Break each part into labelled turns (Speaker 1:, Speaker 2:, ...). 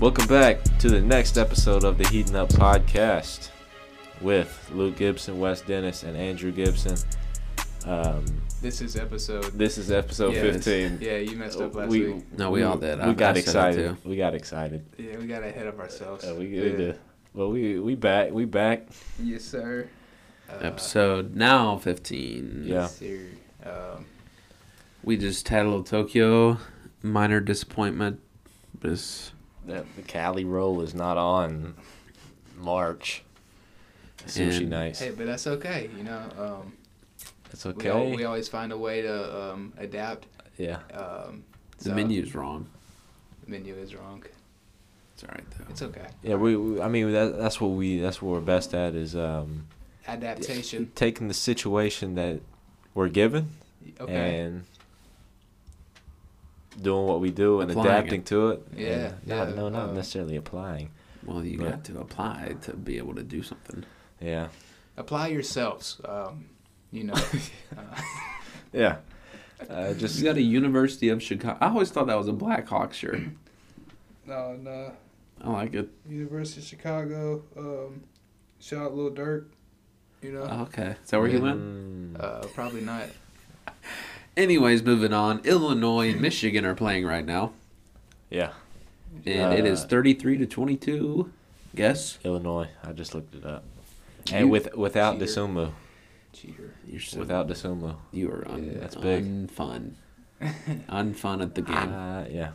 Speaker 1: Welcome back to the next episode of the Heating Up Podcast with Luke Gibson, Wes Dennis, and Andrew Gibson. Um,
Speaker 2: This is episode.
Speaker 1: this is episode
Speaker 2: Yeah, it's-
Speaker 1: 15.
Speaker 2: Yeah, you messed up last
Speaker 1: we,
Speaker 2: week.
Speaker 3: No, we all did.
Speaker 1: We
Speaker 3: I-
Speaker 1: got
Speaker 3: I said that
Speaker 1: excited. We got excited.
Speaker 2: Yeah, we got ahead of ourselves.
Speaker 1: Uh, we, we
Speaker 2: Oh, yeah.
Speaker 1: did. Well, we we back. We back.
Speaker 2: Yes, sir. Uh,
Speaker 3: Episode now 15.
Speaker 1: Yeah.
Speaker 2: yes, sir. Um,
Speaker 3: We just had a little Tokyo minor disappointment. This
Speaker 1: The, the Cali roll is not on March. Sushi
Speaker 3: And-
Speaker 1: nights.
Speaker 2: hey, but that's okay. You know, um,
Speaker 1: It's
Speaker 2: we,
Speaker 1: okay.
Speaker 2: al- we always find a way to um, adapt.
Speaker 1: yeah.
Speaker 2: Um,
Speaker 3: the
Speaker 2: so-
Speaker 3: menu's wrong.
Speaker 2: The menu is wrong.
Speaker 3: It's all right though.
Speaker 2: It's okay.
Speaker 1: Yeah, we, we I mean that, that's what we that's what we're best at is um
Speaker 2: Adaptation.
Speaker 1: taking the situation that we're given
Speaker 2: Okay.
Speaker 1: and doing what we do and
Speaker 3: Applying
Speaker 1: adapting to it.
Speaker 2: Yeah,
Speaker 1: and Not,
Speaker 2: yeah,
Speaker 1: no, not
Speaker 2: um,
Speaker 1: necessarily applying.
Speaker 3: Well, you
Speaker 1: Yeah.
Speaker 3: got to apply to be able to do something.
Speaker 1: Yeah.
Speaker 2: Apply yourselves. Um, you know. uh,
Speaker 1: Yeah. Uh, just
Speaker 3: You got a University of Chicago. I always thought that was a Blackhawk shirt.
Speaker 2: no, no.
Speaker 3: I like it.
Speaker 2: University of Chicago. Um, shout out Lil Durk. You know.
Speaker 1: Uh-huh.
Speaker 3: Okay, is that where he went?
Speaker 1: Mm,
Speaker 2: Uh, probably not.
Speaker 3: Anyways, moving on. Illinois and Michigan are playing right now,
Speaker 1: yeah.
Speaker 3: and it is
Speaker 1: Uh,
Speaker 3: 33 to 22. Guess
Speaker 1: Illinois. I just looked it up.
Speaker 3: You
Speaker 1: And with without
Speaker 2: cheater.
Speaker 1: Desumu,
Speaker 2: Cheater.
Speaker 3: you're so
Speaker 1: without Desumu.
Speaker 3: You are un-
Speaker 2: Yeah,
Speaker 1: that's big.
Speaker 3: unfun. unfun at the game.
Speaker 1: Uh, yeah.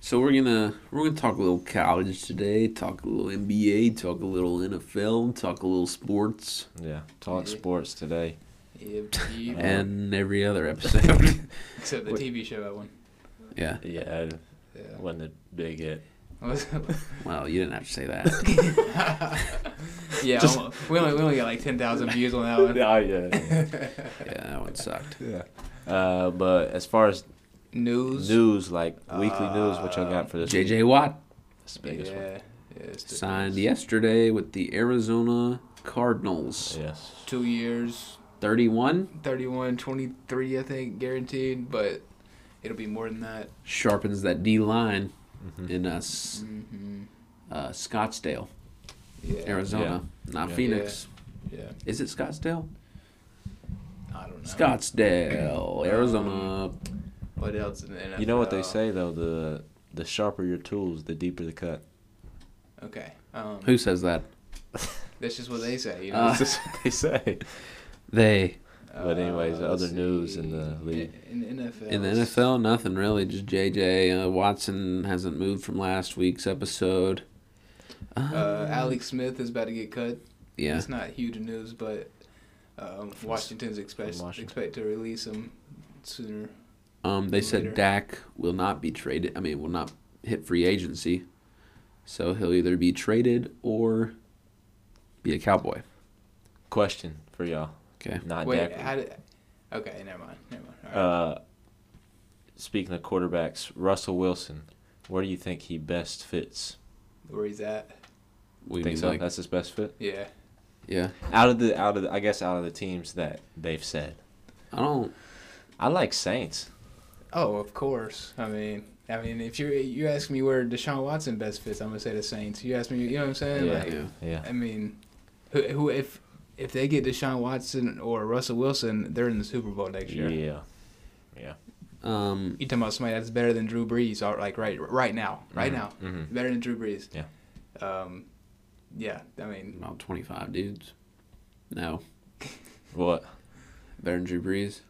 Speaker 3: So we're gonna we're gonna talk a little college today, talk a little NBA, talk a little NFL, talk a little sports,
Speaker 1: Yeah. Talk
Speaker 2: Yeah.
Speaker 1: sports today.
Speaker 2: Yep, yep.
Speaker 3: and every other episode.
Speaker 2: Except the
Speaker 1: Wait.
Speaker 2: TV show that one.
Speaker 3: yeah.
Speaker 1: Yeah. it
Speaker 2: Yeah.
Speaker 1: Wasn't a big hit.
Speaker 3: Well, you didn't have to say that.
Speaker 2: yeah,
Speaker 1: Just-
Speaker 2: almo- we only we only got like ten thousand views on that one.
Speaker 1: Oh, yeah.
Speaker 3: yeah, that one sucked.
Speaker 1: Yeah. Uh, but as far as
Speaker 2: News.
Speaker 1: news, like weekly news, what y'all got for this? week?
Speaker 3: JJ Watt
Speaker 1: That's the
Speaker 2: Yeah.
Speaker 1: biggest one.
Speaker 2: yeah it's the-
Speaker 3: signed yesterday with the Arizona Cardinals.
Speaker 1: Yes.
Speaker 2: Two years,
Speaker 3: 31
Speaker 2: 31, 23, I think, guaranteed, but it'll be more than that.
Speaker 3: sharpens that D line in us
Speaker 2: hmm
Speaker 3: uh, Scottsdale,
Speaker 2: Yeah.
Speaker 3: Arizona, not
Speaker 1: Yeah.
Speaker 3: Phoenix.
Speaker 2: Yeah.
Speaker 3: Is it Scottsdale?
Speaker 2: I don't know.
Speaker 3: Scottsdale, Arizona.
Speaker 2: What else in the NFL?
Speaker 1: You know what they say though the the sharper your tools, the deeper the cut.
Speaker 2: Okay. Um,
Speaker 3: Who says that?
Speaker 2: that's just what they say. You know?
Speaker 3: Uh,
Speaker 1: That's what they say.
Speaker 3: They.
Speaker 1: But anyways, the other
Speaker 2: Uh, let's
Speaker 1: news in the
Speaker 2: see.
Speaker 1: league.
Speaker 2: In, in the NFL.
Speaker 3: In the
Speaker 2: let's-
Speaker 3: NFL, nothing really. Just JJ. Uh, Watson hasn't moved from last week's episode.
Speaker 2: Uh, Alex Smith is about to get cut.
Speaker 3: Oh. Yeah.
Speaker 2: It's not huge news, but um, Washington's expect
Speaker 1: Washington.
Speaker 2: expect to release him sooner.
Speaker 3: Um, they
Speaker 2: Later.
Speaker 3: said Dak will not be traded. I mean, will not hit free agency. So he'll either be traded or be a cowboy.
Speaker 1: Question for y'all.
Speaker 3: Okay.
Speaker 1: Not
Speaker 2: Wait,
Speaker 1: Dak.
Speaker 2: how did? Okay, never mind. Never mind. All right.
Speaker 1: uh, speaking of quarterbacks, Russell Wilson. Where do you think he best fits?
Speaker 2: Where he's at?
Speaker 3: We
Speaker 1: think
Speaker 3: mean,
Speaker 1: so.
Speaker 3: like,
Speaker 1: That's his best fit.
Speaker 2: Yeah.
Speaker 3: yeah.
Speaker 1: Out of the out of the, I guess out of the teams that they've said.
Speaker 3: I don't.
Speaker 1: I like Saints.
Speaker 2: Oh, of course. I mean, I mean, if you you ask me where Deshaun Watson best fits, I'm gonna say the Saints. You ask me, you know what I'm saying?
Speaker 1: Yeah.
Speaker 2: Like,
Speaker 3: Yeah.
Speaker 1: Yeah.
Speaker 2: I mean, who, who if if they get Deshaun Watson or Russell Wilson, they're in the Super Bowl next year.
Speaker 1: Yeah.
Speaker 3: Um,
Speaker 2: You talking about somebody that's better than Drew Brees? Or like right right now, right
Speaker 1: Mhm,
Speaker 2: now,
Speaker 1: mhm.
Speaker 2: better than Drew Brees.
Speaker 1: Yeah.
Speaker 2: Um, yeah. I mean,
Speaker 3: about twenty-five dudes. No,
Speaker 1: What?
Speaker 3: better than Drew Brees.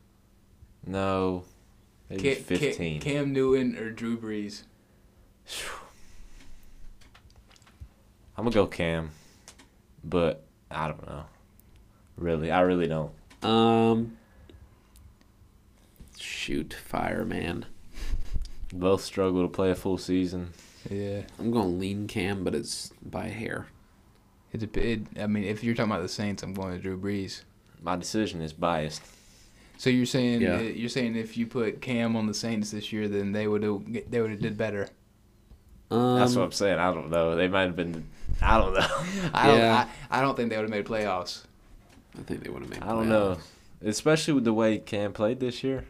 Speaker 1: No. Maybe
Speaker 2: Ca- Ca-
Speaker 1: fifteen.
Speaker 2: Cam Newton or Drew Brees?
Speaker 1: I'm gonna go Cam, but I don't know. Really, I really don't.
Speaker 3: Um. Shoot, fireman.
Speaker 1: Both struggle to play a full season.
Speaker 2: Yeah.
Speaker 3: I'm going lean cam, but it's by hair.
Speaker 2: It, dep- it I mean, if you're talking about the Saints, I'm going to Drew Brees.
Speaker 1: My decision is biased.
Speaker 2: So you're saying
Speaker 3: Yeah.
Speaker 2: that- you're saying if you put Cam on the Saints this year, then they would have they would have did better.
Speaker 3: Um,
Speaker 1: That's what I'm saying. I don't know. They might have been. I don't know.
Speaker 2: I don't,
Speaker 3: Yeah.
Speaker 2: I, I don't think they would have made playoffs.
Speaker 3: I think they would have made.
Speaker 1: I don't
Speaker 3: playoffs.
Speaker 1: know. Especially with the way Cam played this year.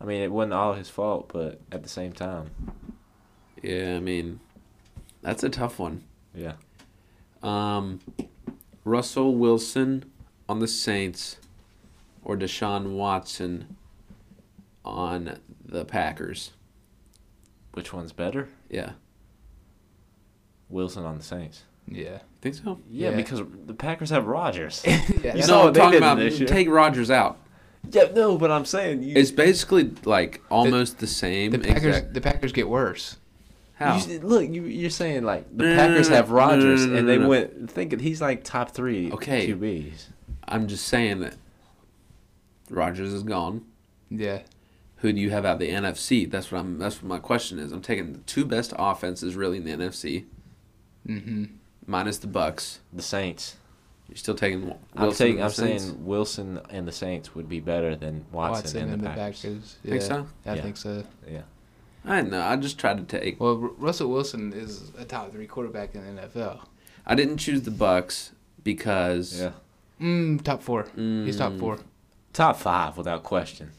Speaker 1: I mean, it wasn't all his fault, but at the same time,
Speaker 3: Yeah, I mean, That's a tough one.
Speaker 1: Yeah.
Speaker 3: Um, Russell Wilson on the Saints or Deshaun Watson on the Packers.
Speaker 1: Which one's better?
Speaker 3: Yeah.
Speaker 1: Wilson on the Saints.
Speaker 2: Yeah.
Speaker 3: Think so?
Speaker 1: Yeah,
Speaker 2: Yeah.
Speaker 1: because the Packers have Rodgers.
Speaker 2: yeah
Speaker 1: You
Speaker 2: that's-
Speaker 1: know-
Speaker 3: no,
Speaker 1: what
Speaker 3: I'm
Speaker 1: they
Speaker 3: talking
Speaker 1: did
Speaker 3: about
Speaker 1: this year.
Speaker 3: take Rodgers out.
Speaker 1: yeah, no, but I'm saying you.
Speaker 3: It's basically like almost the, same.
Speaker 2: the Packers
Speaker 3: exact-
Speaker 2: the Packers get worse.
Speaker 3: How?
Speaker 1: You s- look, you, you're saying like the
Speaker 3: No, no,
Speaker 1: Packers
Speaker 3: no,
Speaker 1: have
Speaker 3: no, no,
Speaker 1: Rodgers,
Speaker 3: no, no,
Speaker 1: and they
Speaker 3: no, no.
Speaker 1: went thinking he's like top three
Speaker 3: Okay.
Speaker 1: QBs.
Speaker 3: I'm just saying that Rodgers is gone.
Speaker 2: Yeah.
Speaker 3: Who do you have out of the NFC? That's what I'm. That's what my question is. I'm taking the two best offenses really in the NFC,
Speaker 2: Mm-hmm.
Speaker 3: minus the Bucks.
Speaker 1: The Saints.
Speaker 3: You're still taking. Wilson
Speaker 1: I'm saying
Speaker 3: and the
Speaker 1: I'm
Speaker 3: Saints?
Speaker 1: saying Wilson and the Saints would be better than Watson,
Speaker 2: Watson
Speaker 1: and,
Speaker 2: in the
Speaker 1: the Packers.
Speaker 2: Packers. Yeah,
Speaker 3: Think so?
Speaker 2: I
Speaker 1: Yeah.
Speaker 2: think so.
Speaker 1: Yeah.
Speaker 3: I know. I just tried to take.
Speaker 2: Well, Ru- Russell Wilson is a top three quarterback in the NFL.
Speaker 3: I didn't choose the Bucks because
Speaker 1: Yeah.
Speaker 2: Mm, top four. He's top
Speaker 3: Mm.
Speaker 2: four.
Speaker 1: Top five without question.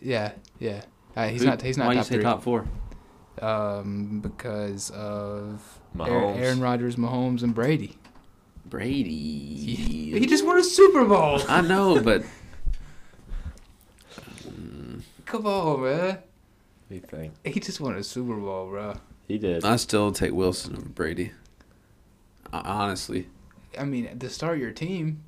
Speaker 2: Yeah, yeah. Uh, he's
Speaker 3: Who-
Speaker 2: not. He's not
Speaker 3: Why
Speaker 2: top
Speaker 3: you say
Speaker 2: three.
Speaker 3: top four?
Speaker 2: Um, because of
Speaker 1: Mahomes.
Speaker 2: Aaron, Aaron Rodgers, Mahomes, and Brady.
Speaker 3: Brady.
Speaker 2: He just won a Super Bowl.
Speaker 3: I know, but
Speaker 1: Mm.
Speaker 2: Come on, man.
Speaker 1: What do you think?
Speaker 2: He just won a Super Bowl, bro.
Speaker 1: He did.
Speaker 3: I still take Wilson over Brady. I, honestly,
Speaker 2: I mean, to start your team,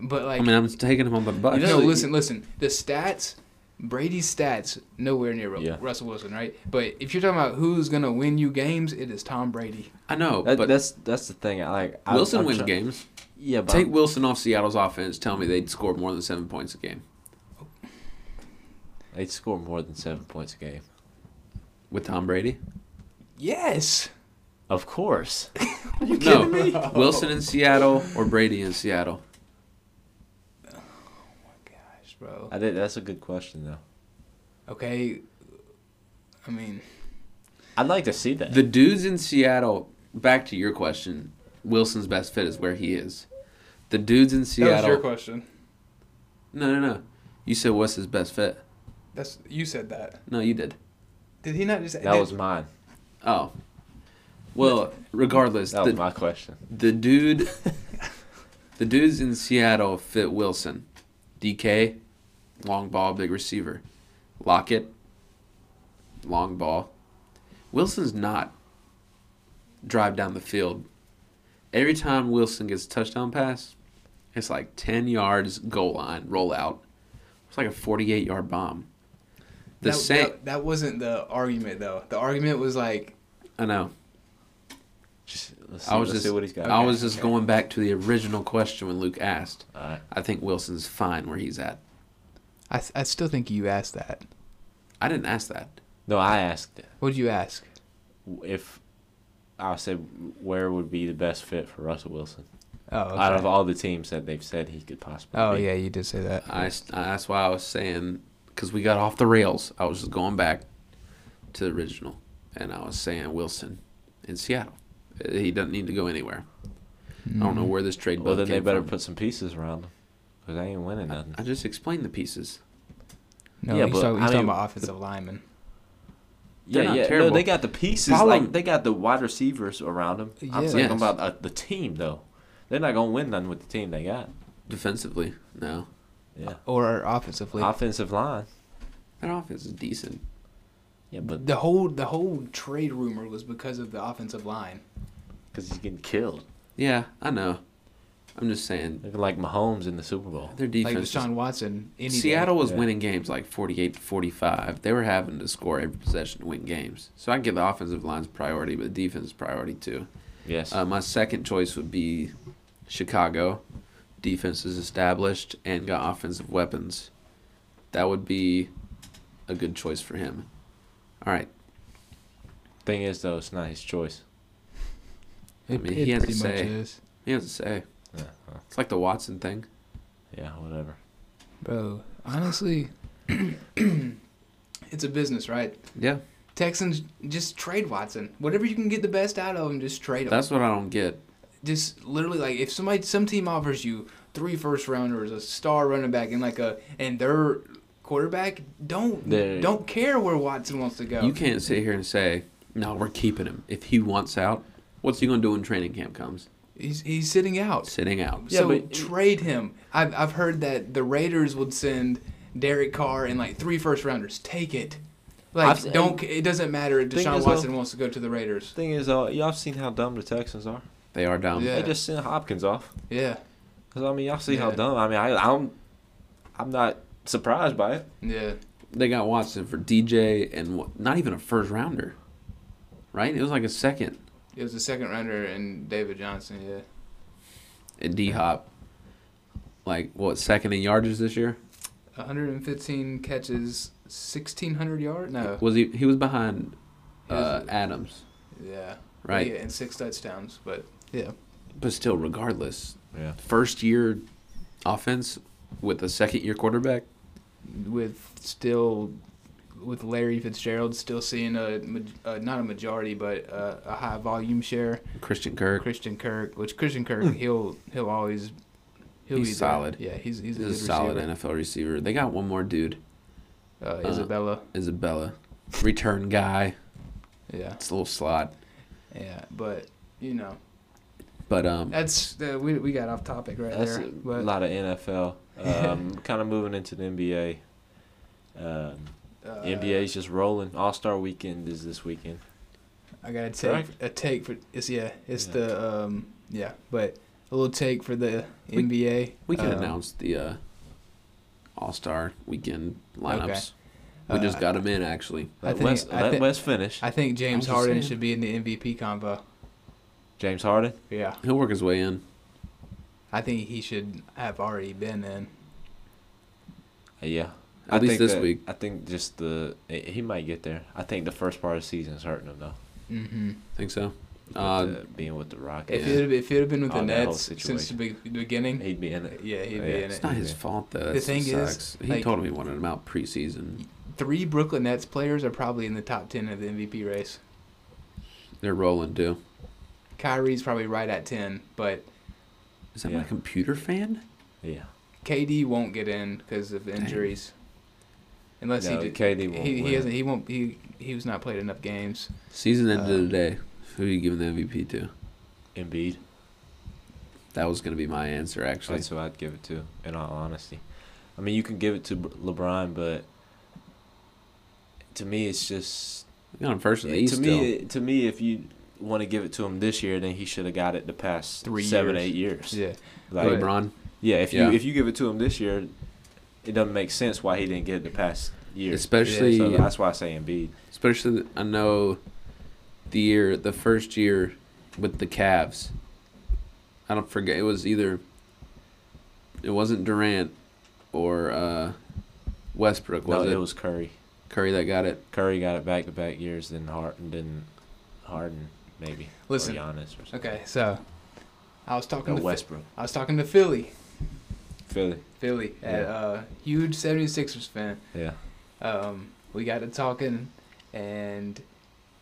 Speaker 2: but like,
Speaker 3: I mean, I'm taking him on the Bucks.
Speaker 1: You
Speaker 2: no,
Speaker 1: know-
Speaker 2: listen, listen. The stats, Brady's stats, nowhere near Ru-
Speaker 1: Yeah.
Speaker 2: Russell Wilson, right? But if you're talking about who's gonna win you games, it is Tom Brady.
Speaker 3: I know,
Speaker 1: That-
Speaker 3: but
Speaker 1: that's that's the thing. I Like I-
Speaker 3: Wilson
Speaker 1: I'm
Speaker 3: wins
Speaker 1: try-
Speaker 3: games.
Speaker 1: Yeah, but
Speaker 3: Take Wilson off Seattle's offense. Tell me they'd score more than seven points a game
Speaker 1: they score more than seven points a game.
Speaker 3: with Tom Brady.
Speaker 2: Yes.
Speaker 1: Of course.
Speaker 3: You kidding no. me? Wilson in Seattle or Brady in Seattle?
Speaker 2: Oh, Gosh, bro.
Speaker 1: I did. That's a good question though.
Speaker 2: Okay. I mean,
Speaker 1: I'd like to see that.
Speaker 3: The dudes in Seattle. Back to your question. Wilson's best fit is where he is. The dudes in Seattle.
Speaker 2: question.
Speaker 3: No, no, no. You said what's his best fit?
Speaker 2: That's you said that.
Speaker 3: No, you did.
Speaker 2: Did he not just?
Speaker 1: that was mine.
Speaker 3: Oh. Well, regardless,
Speaker 1: That was
Speaker 3: the,
Speaker 1: my question.
Speaker 3: the dude, the dudes in Seattle fit Wilson, DK, long ball, big receiver, Lockett, long ball. Wilson's not drive down the field. Every time Wilson gets a touchdown pass, it's like ten yards goal line roll out. It's like a forty-eight yard bomb. The
Speaker 2: that,
Speaker 3: same.
Speaker 2: that, that wasn't the argument though. The argument was like,
Speaker 3: I know.
Speaker 1: Just, let's see,
Speaker 3: I was
Speaker 1: let's
Speaker 3: just.
Speaker 1: see what he's got.
Speaker 3: I was just
Speaker 2: okay.
Speaker 3: going back to the original question when Luke asked.
Speaker 1: All right.
Speaker 3: I think Wilson's fine where he's at.
Speaker 2: I, I still think you asked that.
Speaker 3: I didn't ask that.
Speaker 1: No, I asked
Speaker 2: What did you ask?
Speaker 1: if I said where would be the best fit for Russell Wilson
Speaker 2: Oh, okay.
Speaker 1: out of all the teams that they've said he could possibly.
Speaker 2: oh
Speaker 1: be.
Speaker 2: yeah, you did say that.
Speaker 3: I, s- I- that's why I was saying because we got off the rails. I was just going back to the original, and I was saying Wilson in Seattle. Uh, He doesn't need to go anywhere. I don't know
Speaker 2: Mm.
Speaker 3: where this trade.
Speaker 1: Mm-hmm. Well,
Speaker 3: bug
Speaker 1: then they
Speaker 3: came
Speaker 1: better
Speaker 3: from.
Speaker 1: put some pieces around him because they ain't winning nothing.
Speaker 3: I just explained the pieces.
Speaker 2: No,
Speaker 1: Yeah,
Speaker 2: he's,
Speaker 1: but,
Speaker 2: talking,
Speaker 1: I
Speaker 2: he's talking
Speaker 1: mean,
Speaker 2: about offensive linemen.
Speaker 3: They're
Speaker 1: yeah,
Speaker 3: not
Speaker 1: yeah.
Speaker 3: terrible.
Speaker 1: No, they got the pieces.
Speaker 3: Problem-
Speaker 1: Like they got the wide receivers around them. I'm
Speaker 2: Yeah.
Speaker 1: talking
Speaker 3: Yes.
Speaker 1: about uh, the team though. They're not gonna win nothing with the team they got.
Speaker 3: Defensively, no,
Speaker 1: Yeah.
Speaker 2: Or offensively.
Speaker 1: Offensive line.
Speaker 3: that offense is decent.
Speaker 1: Yeah, but
Speaker 2: the whole the whole trade rumor was because of the offensive line.
Speaker 1: because he's getting killed.
Speaker 3: Yeah, I know. I'm just saying
Speaker 1: Looking like Mahomes in the Super Bowl.
Speaker 3: their defense.
Speaker 2: Like
Speaker 3: is-
Speaker 2: Deshaun Watson, any day.
Speaker 3: Seattle was
Speaker 1: Yeah.
Speaker 3: winning games like 48 to 45. They were having to score every possession to win games. So I give the offensive line's priority, but the defense is priority too.
Speaker 1: Yes.
Speaker 3: Uh, my second choice would be Chicago. Defense is established and got offensive weapons. That would be a good choice for him. All right.
Speaker 1: Thing is though, it's not his choice.
Speaker 3: I mean, he has to say.
Speaker 2: is,
Speaker 3: He has to say.
Speaker 1: Yeah. uh,
Speaker 3: It's like the Watson thing.
Speaker 1: Yeah. Whatever.
Speaker 2: bro. Honestly, it's a business, right?
Speaker 3: Yeah.
Speaker 2: Texans just trade Watson. Whatever you can get the best out of him, just trade him.
Speaker 3: That's what I don't get.
Speaker 2: just literally like if somebody some team offers you three first rounders, a star running back, and like a and their quarterback, don't
Speaker 1: There-
Speaker 2: don't care where Watson wants to go.
Speaker 3: You can't sit here and say No, we're keeping him. If he wants out, what's he going to do when training camp comes?
Speaker 2: He's he's sitting out.
Speaker 3: Sitting out.
Speaker 1: Yeah,
Speaker 2: so
Speaker 1: but-
Speaker 2: trade him. I've I've heard that the Raiders would send Derek Carr and like three first rounders. Take it. Like
Speaker 1: I've-
Speaker 2: don't. It doesn't matter if
Speaker 1: Thing
Speaker 2: Deshaun
Speaker 1: is, though-
Speaker 2: Watson wants to go to the Raiders.
Speaker 1: Thing is, uh, y'all seen how dumb the Texans are.
Speaker 3: They are dumb.
Speaker 2: Yeah.
Speaker 1: They just sent Hopkins off.
Speaker 2: Yeah.
Speaker 1: Cause I mean, y'all see how
Speaker 2: Yeah.
Speaker 1: dumb. I mean, I, I'm, I'm not surprised by it.
Speaker 2: Yeah.
Speaker 3: They got Watson for DJ and what, not even a first rounder, right? It was like a second
Speaker 2: It was the second rounder and David Johnson. Yeah.
Speaker 3: at D Hop. Like what second in yardage this year?
Speaker 2: 115 catches, 1600 yards. No.
Speaker 3: Was he? He was behind
Speaker 2: He was-
Speaker 3: uh, Adams,
Speaker 2: Yeah.
Speaker 3: right?
Speaker 2: Yeah, and six touchdowns, but yeah.
Speaker 3: But still, regardless,
Speaker 1: Yeah.
Speaker 3: first year offense with a second year quarterback.
Speaker 2: with still with Larry Fitzgerald still seeing a, maj- uh not a majority but uh, a, a high volume share
Speaker 3: Christian Kirk
Speaker 2: Christian Kirk which Christian Kirk he'll he'll always he'll
Speaker 3: Hmm. He's
Speaker 2: be there.
Speaker 3: solid.
Speaker 2: yeah he's he's
Speaker 3: is
Speaker 2: a
Speaker 3: a
Speaker 2: good
Speaker 3: solid
Speaker 2: receiver
Speaker 3: NFL receiver. They got one more dude,
Speaker 2: uh,
Speaker 3: Uh-huh.
Speaker 2: Isabella
Speaker 3: Isabella, return guy.
Speaker 2: yeah
Speaker 3: It's a little slot,
Speaker 2: yeah but you know
Speaker 3: but um,
Speaker 2: that's uh, we we got off topic right
Speaker 1: That's
Speaker 2: there
Speaker 1: a
Speaker 2: but
Speaker 1: lot of NFL. Um, kind of moving into the NBA. Um,
Speaker 2: uh,
Speaker 1: NBA's just rolling. All Star Weekend is this weekend.
Speaker 2: I got a take
Speaker 1: Right.
Speaker 2: a take for it's yeah it's
Speaker 1: Yeah.
Speaker 2: the um yeah but a little take for the
Speaker 3: We-
Speaker 2: NBA
Speaker 3: we can
Speaker 2: Um,
Speaker 3: announce the uh, All Star Weekend lineups. We
Speaker 2: Uh,
Speaker 3: just got them in actually.
Speaker 2: I
Speaker 1: Let
Speaker 2: think-
Speaker 1: West
Speaker 2: I
Speaker 1: let
Speaker 2: thi-
Speaker 1: West finish.
Speaker 2: I think James
Speaker 3: just
Speaker 2: Harden
Speaker 3: saying.
Speaker 2: should be in the MVP convo
Speaker 1: James Harden.
Speaker 2: yeah
Speaker 3: He'll work his way in.
Speaker 2: I think he should have already been in.
Speaker 1: Uh, Yeah.
Speaker 3: At least
Speaker 1: think
Speaker 3: this
Speaker 1: that-
Speaker 3: week.
Speaker 1: I think just the eh, he might get there. I think the first part of the season is hurting him though.
Speaker 2: Mm-hmm.
Speaker 3: Think so.
Speaker 1: with
Speaker 3: Uh,
Speaker 1: the- being with the
Speaker 2: If
Speaker 1: Rockets,
Speaker 3: Yeah.
Speaker 2: it had, if it had been with the
Speaker 1: Oh, that whole
Speaker 2: Nets since the be- beginning,
Speaker 1: he'd be in it.
Speaker 2: yeah, he'd
Speaker 1: Oh,
Speaker 2: be
Speaker 1: yeah.
Speaker 2: in
Speaker 3: It's
Speaker 2: it.
Speaker 3: not his
Speaker 1: Yeah.
Speaker 3: fault though. That's the
Speaker 2: thing
Speaker 3: thing
Speaker 2: is,
Speaker 3: sucks. he
Speaker 2: like-
Speaker 3: told him he wanted him out preseason.
Speaker 2: Three Brooklyn Nets players are probably in the top ten of the MVP race.
Speaker 3: They're rolling too.
Speaker 2: Kyrie's probably right at ten, but
Speaker 3: Is that
Speaker 1: Yeah.
Speaker 3: my computer fan?
Speaker 1: Yeah.
Speaker 2: KD won't get in because of injuries. Unless
Speaker 1: No,
Speaker 2: he did,
Speaker 1: KD won't
Speaker 2: he,
Speaker 1: win.
Speaker 2: he hasn't he won't he he was not played enough games.
Speaker 3: Season ended
Speaker 2: Uh,
Speaker 3: today. Who are you giving the MVP to?
Speaker 1: Embiid.
Speaker 3: That was going to be my answer actually.
Speaker 1: That's who I'd give it to, in all honesty. I mean, you can give it to Br- LeBron, but to me, it's just
Speaker 3: You know, first in the
Speaker 1: to
Speaker 3: East still.
Speaker 1: me. To me, if you want to give it to him this year, then he should have got it the past
Speaker 2: Three
Speaker 1: seven,
Speaker 2: years.
Speaker 1: eight years.
Speaker 2: Yeah,
Speaker 1: Like,
Speaker 2: Right.
Speaker 3: LeBron.
Speaker 1: yeah. If you
Speaker 3: Yeah.
Speaker 1: if you give it to him this year, it doesn't make sense why he didn't get it the past year.
Speaker 3: Especially
Speaker 1: so that's why I say Embiid.
Speaker 3: especially I know the year the first year with the Cavs. I don't forget it was either it wasn't Durant or uh, Westbrook was
Speaker 1: no,
Speaker 3: it?
Speaker 1: it was Curry.
Speaker 3: Curry that got it.
Speaker 1: Curry got it back to back years, then Harden, then Harden maybe.
Speaker 2: Listen.
Speaker 1: or Giannis or something.
Speaker 2: Okay, so I was talking
Speaker 1: No,
Speaker 2: to Phi-
Speaker 1: Westbrook,
Speaker 2: I was talking to Philly,
Speaker 1: Philly.
Speaker 2: Philly, at,
Speaker 1: Yeah.
Speaker 2: uh, huge 76ers fan.
Speaker 1: Yeah,
Speaker 2: um, we got to talking, and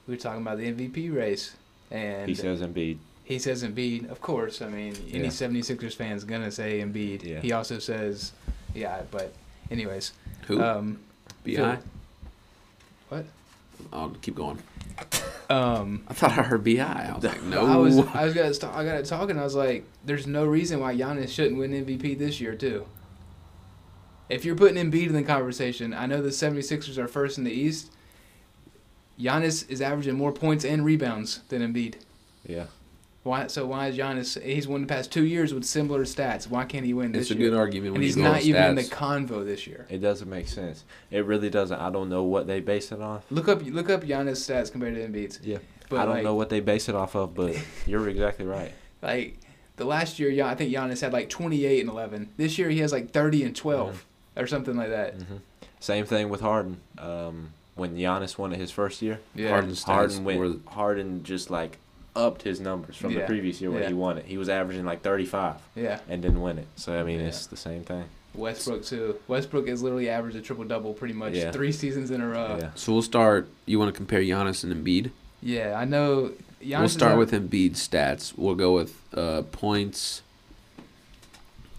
Speaker 2: we were talking about the MVP race. And
Speaker 1: he says Embiid.
Speaker 2: he says Embiid, of course. I mean, any
Speaker 1: Yeah.
Speaker 2: 76ers fan's going to say Embiid.
Speaker 1: Yeah.
Speaker 2: He also says, yeah, but anyways.
Speaker 3: Who?
Speaker 2: Um,
Speaker 3: Bi.
Speaker 2: What?
Speaker 3: I'll keep going.
Speaker 2: Um,
Speaker 3: I thought I heard Bi. I was like, no.
Speaker 2: I was I was got I got to talking. I was like, there's no reason why Giannis shouldn't win MVP this year too. If you're putting Embiid in the conversation, I know the 76ers are first in the East. Giannis is averaging more points and rebounds than Embiid.
Speaker 1: Yeah,
Speaker 2: Why? So why is Giannis? He's won the past two years with similar stats. Why can't he win this
Speaker 3: it's a
Speaker 2: year?
Speaker 3: good argument when
Speaker 2: and he's
Speaker 3: you go
Speaker 2: not
Speaker 3: on
Speaker 2: even in the
Speaker 3: stats.
Speaker 2: convo this year.
Speaker 1: it doesn't make sense. It really doesn't. I don't know what they base it on.
Speaker 2: Look up look up Giannis stats compared to Embiid's.
Speaker 1: Yeah,
Speaker 2: But
Speaker 1: I don't
Speaker 2: like,
Speaker 1: know what they base it off of, but you're exactly right.
Speaker 2: Like the last year, Gian- I think Giannis had like 28 and 11. This year, he has like 30 and 12 or something like that.
Speaker 1: hmm Same thing with Harden. Um, when Giannis won it his first year,
Speaker 2: Yeah.
Speaker 3: Harden's- Stats
Speaker 1: Harden went.
Speaker 3: were-
Speaker 1: Harden just like upped his numbers from
Speaker 2: Yeah.
Speaker 1: the previous year when
Speaker 2: Yeah.
Speaker 1: he won it. He was averaging like 35
Speaker 2: Yeah.
Speaker 1: and didn't win it. So I mean,
Speaker 2: Yeah.
Speaker 1: it's the same thing.
Speaker 2: Westbrook too. Westbrook has literally averaged a triple double pretty much
Speaker 1: Yeah.
Speaker 2: three seasons in a row.
Speaker 1: yeah.
Speaker 3: So we'll start. You want to compare Giannis and Embiid?
Speaker 2: Yeah, I know. Giannis
Speaker 3: we'll
Speaker 2: is
Speaker 3: start
Speaker 2: up-
Speaker 3: with Embiid's stats. We'll go with uh, points,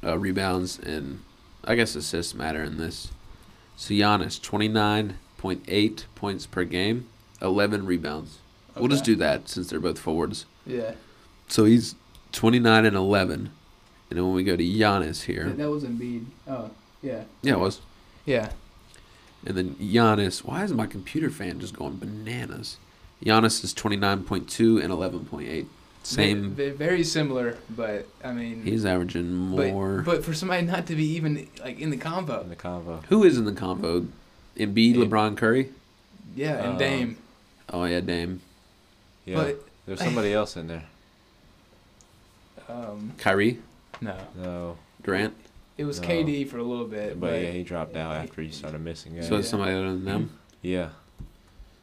Speaker 3: uh, rebounds, and I guess assists matter in this. So Giannis, 29.8 points per game, 11 rebounds. We'll just
Speaker 2: Okay.
Speaker 3: do that since they're both forwards.
Speaker 2: Yeah.
Speaker 3: So he's 29 and 11. And then when we go to Giannis
Speaker 2: Th-
Speaker 3: here,
Speaker 2: That was Embiid. Oh, yeah.
Speaker 3: yeah, it was.
Speaker 2: Yeah.
Speaker 3: And then Giannis, why is my computer fan just going bananas? Giannis is 29.2 and 11.8. Same.
Speaker 2: Ve- ve- very similar, but I mean.
Speaker 3: He's averaging
Speaker 2: but,
Speaker 3: more.
Speaker 2: But for somebody not to be even like in the combo.
Speaker 1: in the convo.
Speaker 3: Who is in the combo? Embiid, LeBron, Curry.
Speaker 2: Yeah, and
Speaker 1: Uh,
Speaker 2: Dame.
Speaker 3: Oh yeah, Dame,
Speaker 1: Yeah,
Speaker 2: But
Speaker 1: there's somebody else in there.
Speaker 2: um,
Speaker 3: Kyrie,
Speaker 2: no,
Speaker 1: No,
Speaker 3: Durant.
Speaker 2: it was
Speaker 1: No.
Speaker 2: KD for a little bit,
Speaker 1: but,
Speaker 2: but,
Speaker 1: yeah, he dropped out after he started missing games.
Speaker 3: So it's somebody other than them.
Speaker 1: Mm-hmm. yeah,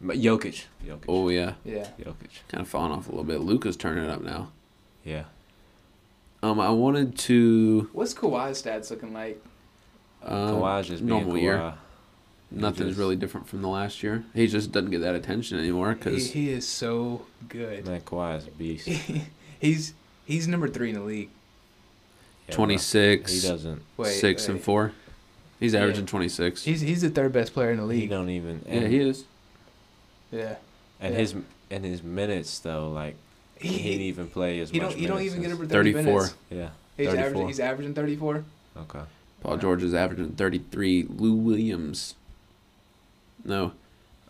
Speaker 1: M- Jokic, Jokic,
Speaker 3: Oh yeah,
Speaker 2: yeah.
Speaker 1: Jokic.
Speaker 3: kind of falling off a little bit. Luca's turning it up now.
Speaker 1: Yeah,
Speaker 3: Um, I wanted to
Speaker 2: What's Kawhi's stats looking like?
Speaker 3: um,
Speaker 1: Kawhi just being
Speaker 3: normal
Speaker 1: Kawhi.
Speaker 3: year. nothing's
Speaker 1: just-
Speaker 3: really different from the last year. He just doesn't get that attention anymore
Speaker 2: He,
Speaker 3: because
Speaker 2: he is so good.
Speaker 1: Man, Kawhi is a beast. Yeah,
Speaker 2: he's he's number three in the league.
Speaker 1: bro.
Speaker 3: twenty
Speaker 1: He
Speaker 3: six,
Speaker 1: doesn't.
Speaker 2: Wait,
Speaker 3: six and
Speaker 2: wait.
Speaker 3: four. He's
Speaker 2: Yeah.
Speaker 3: averaging twenty six.
Speaker 2: He's he's the third best player in the
Speaker 1: He
Speaker 2: league.
Speaker 1: don't even. And,
Speaker 3: Yeah, he is.
Speaker 2: Yeah,
Speaker 1: and
Speaker 2: yeah.
Speaker 1: his and his minutes though, like he, didn't even play as
Speaker 2: he
Speaker 1: much.
Speaker 2: don't he don't even get
Speaker 1: minutes
Speaker 2: over thirty
Speaker 3: 34.
Speaker 2: minutes.
Speaker 1: as- Yeah.
Speaker 2: He's
Speaker 1: 34.
Speaker 2: averaging he's averaging thirty four.
Speaker 1: Okay.
Speaker 3: Paul George is averaging 33. Lou Williams. No.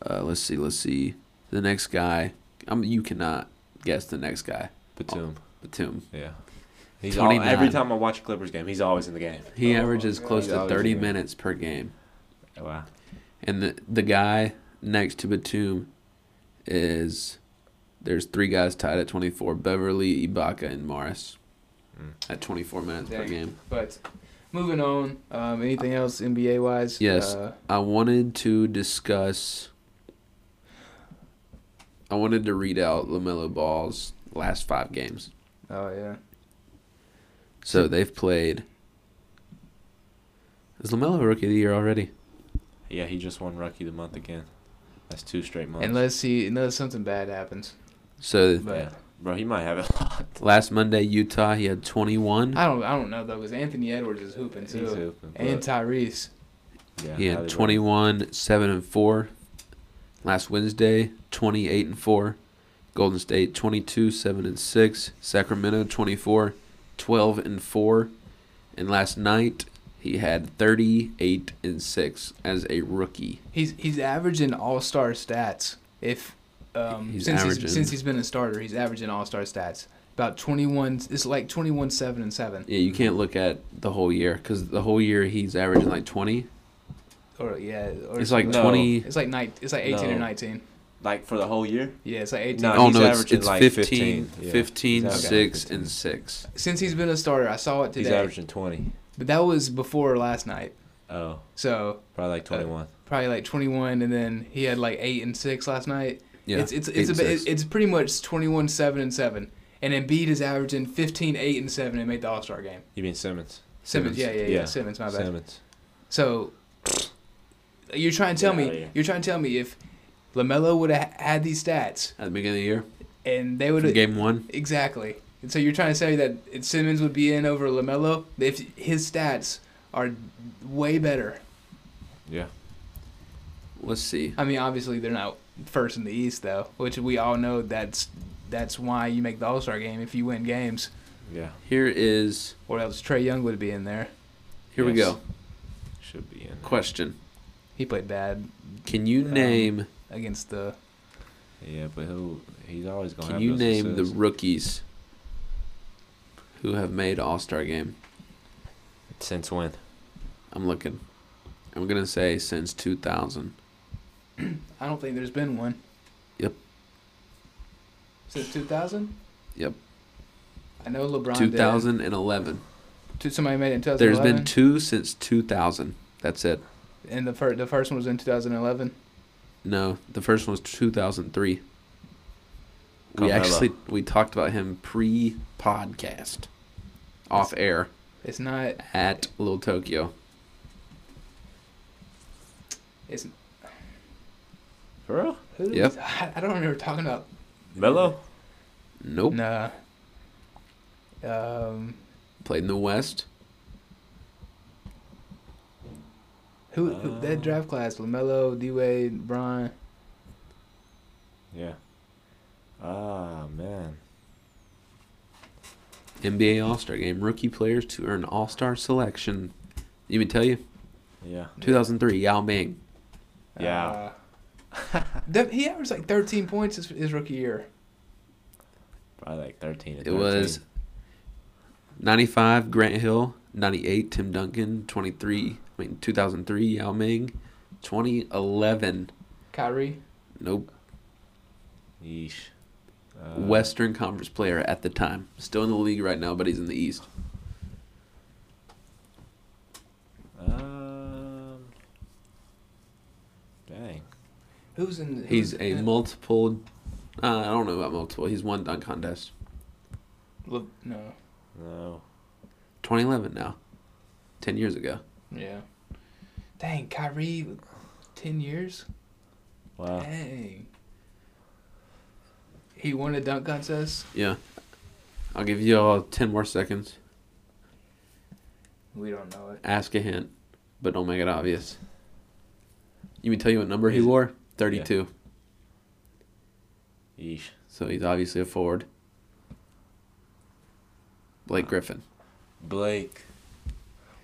Speaker 3: Uh, let's see. Let's see. The next guy. Um, you cannot guess the next guy.
Speaker 1: Batum.
Speaker 3: Batum.
Speaker 1: Yeah. He's all, every
Speaker 3: 29.
Speaker 1: time I watch a Clippers game, he's always in the game.
Speaker 3: He
Speaker 2: Oh,
Speaker 3: averages
Speaker 2: God.
Speaker 3: close
Speaker 1: He's
Speaker 3: to
Speaker 1: always
Speaker 3: 30
Speaker 1: in there.
Speaker 3: minutes per game.
Speaker 1: Wow.
Speaker 3: And the, the guy next to Batum is. There's three guys tied at 24 Beverly, Ibaka, and Morris
Speaker 1: Mm.
Speaker 3: at 24 minutes per
Speaker 2: Dang.
Speaker 3: game.
Speaker 2: But moving on, um, anything else NBA wise?
Speaker 3: Yes.
Speaker 2: Uh,
Speaker 3: I wanted to discuss. I wanted to read out LaMelo Ball's last five games.
Speaker 2: oh yeah.
Speaker 3: So they've played. Is LaMelo a rookie of the year already?
Speaker 1: Yeah, he just won Rookie of the Month again. That's two straight months.
Speaker 2: Unless he unless something bad happens.
Speaker 3: So
Speaker 2: But
Speaker 1: Bro, he might have it locked.
Speaker 3: last Monday, Utah, he had 21.
Speaker 2: I don't I don't know though because Anthony Edwards is hooping
Speaker 1: Mm-hmm. He's
Speaker 2: too,
Speaker 1: hooping, but-
Speaker 2: and Tyrese.
Speaker 1: yeah,
Speaker 3: He
Speaker 1: how
Speaker 3: had
Speaker 1: they
Speaker 3: 21, 7 and 4. Last Wednesday, 28 and 4. Golden State, 22, 7 and 6. Sacramento, 24, 12 and 4. And last night, he had 38 and 6 as a rookie.
Speaker 2: He's he's averaging All Star stats. If um,
Speaker 3: He's
Speaker 2: since
Speaker 3: averaging-
Speaker 2: he's since he's been a starter, he's averaging All Star stats. About twenty one. It's like 21, seven and seven.
Speaker 3: Yeah, you can't look at the whole year because the whole year he's averaging like 20.
Speaker 2: Or yeah. Or
Speaker 3: It's like
Speaker 1: No.
Speaker 3: 20.
Speaker 2: It's like nine. It's like eighteen
Speaker 1: No.
Speaker 2: or nineteen.
Speaker 1: Like for the whole year?
Speaker 2: Yeah, it's like eighteen.
Speaker 1: No.
Speaker 3: Oh,
Speaker 1: he's
Speaker 3: no, it's,
Speaker 1: averaging
Speaker 3: it's
Speaker 1: like
Speaker 3: 15,
Speaker 1: 15, yeah.
Speaker 3: 15,
Speaker 1: He's averaging
Speaker 3: 6,
Speaker 1: 15.
Speaker 3: and 6.
Speaker 2: Since he's been a starter, I saw it
Speaker 1: He's
Speaker 2: today.
Speaker 1: averaging 20.
Speaker 2: But that was before last night.
Speaker 1: Oh,
Speaker 2: So
Speaker 1: probably like 21.
Speaker 2: probably like twenty one, and then he had like eight and six last night.
Speaker 3: Yeah,
Speaker 2: It's it's
Speaker 3: eight
Speaker 2: it's,
Speaker 3: and
Speaker 2: a, bit-
Speaker 3: six.
Speaker 2: it's pretty much 21 7 and 7. And Embiid is averaging 15 8 and 7 and made the All-Star game.
Speaker 1: you mean Simmons?
Speaker 2: Simmons,
Speaker 3: Simmons.
Speaker 2: Yeah, yeah, yeah,
Speaker 1: Yeah.
Speaker 2: Simmons, my bad.
Speaker 1: Simmons.
Speaker 2: So you're trying to tell
Speaker 1: Get outta
Speaker 2: me
Speaker 1: here.
Speaker 2: you're trying to tell me if LaMelo would have had these stats
Speaker 3: at the beginning of the year,
Speaker 2: and they would
Speaker 3: from
Speaker 2: have
Speaker 3: game one.
Speaker 2: Exactly. And so you're trying to say that it- Simmons would be in over LaMelo if his stats are way better.
Speaker 1: Yeah.
Speaker 3: Let's see.
Speaker 2: I mean, obviously they're not first in the East though, which we all know that's that's why you make the All-Star game if you win games.
Speaker 1: Yeah.
Speaker 3: Here is
Speaker 2: Or else Trey Young would be in there.
Speaker 3: here we
Speaker 1: Yes.
Speaker 3: go.
Speaker 1: Should be in.
Speaker 3: Question:
Speaker 2: He played bad
Speaker 3: Can you
Speaker 2: Um,
Speaker 3: name
Speaker 2: against the.
Speaker 1: Yeah, but he'll, he's always going to
Speaker 3: can
Speaker 1: have
Speaker 3: you
Speaker 1: those
Speaker 3: name the
Speaker 1: assists.
Speaker 3: rookies who have made All Star game?
Speaker 1: Since when?
Speaker 3: I'm looking. I'm gonna say since 2000.
Speaker 2: I don't think there's been one.
Speaker 3: Yep.
Speaker 2: Since 2000?
Speaker 3: Yep,
Speaker 2: I know LeBron. did.
Speaker 3: 2011.
Speaker 2: Two- Somebody made it in
Speaker 3: There's
Speaker 2: 2011.
Speaker 3: been two since 2000. That's it.
Speaker 2: And the, fir- the first one was in 2011.
Speaker 3: No, the first one was 2003. We
Speaker 1: Carmelo.
Speaker 3: actually we talked about him pre podcast, off air
Speaker 2: It's not.
Speaker 3: at Little Tokyo.
Speaker 2: It's.
Speaker 1: For real?
Speaker 2: Who
Speaker 3: Yep.
Speaker 2: was- I, I don't remember talking about.
Speaker 1: Melo?
Speaker 3: Nope.
Speaker 2: Nah. Um.
Speaker 3: Played in the West.
Speaker 2: Who, who that
Speaker 3: Um,
Speaker 1: Uh.
Speaker 2: draft class? Lamelo, D Wade, Bron.
Speaker 1: Yeah. Ah man.
Speaker 3: NBA All Star Game. Rookie players to earn All Star selection. Let me tell you,
Speaker 1: Yeah.
Speaker 3: 2003, Yao Ming.
Speaker 1: Yeah.
Speaker 2: Uh, that- he averaged like 13 points his, his rookie year.
Speaker 1: Probably like thirteen. To
Speaker 3: It
Speaker 1: 13.
Speaker 3: was 95, Grant Hill. 98, Tim Duncan. 23, I mean 2003, Yao Ming. 2011,
Speaker 2: Kyrie.
Speaker 3: nope,
Speaker 1: Yeesh. Uh,
Speaker 3: Western Conference player at the time. Still in the league right now, but he's in the East.
Speaker 1: Um. Dang.
Speaker 2: Who's in? who's
Speaker 3: He's a
Speaker 2: in-
Speaker 3: multiple. Uh, I don't know about multiple. He's won dunk contest.
Speaker 2: Le- no.
Speaker 1: No.
Speaker 3: 2011 now, 10 years ago.
Speaker 2: Yeah. Dang, Kyrie, with 10 years.
Speaker 3: Uh.
Speaker 1: Wow.
Speaker 2: Dang. He won a dunk contest.
Speaker 3: Yeah, I'll give you all 10 more seconds.
Speaker 2: We don't know it.
Speaker 3: Ask a hint, but don't make it obvious. You me tell you what number he
Speaker 1: Is it-
Speaker 3: wore? 32.
Speaker 1: Yeesh.
Speaker 3: So he's obviously a forward. Blake Griffin,
Speaker 1: Blake.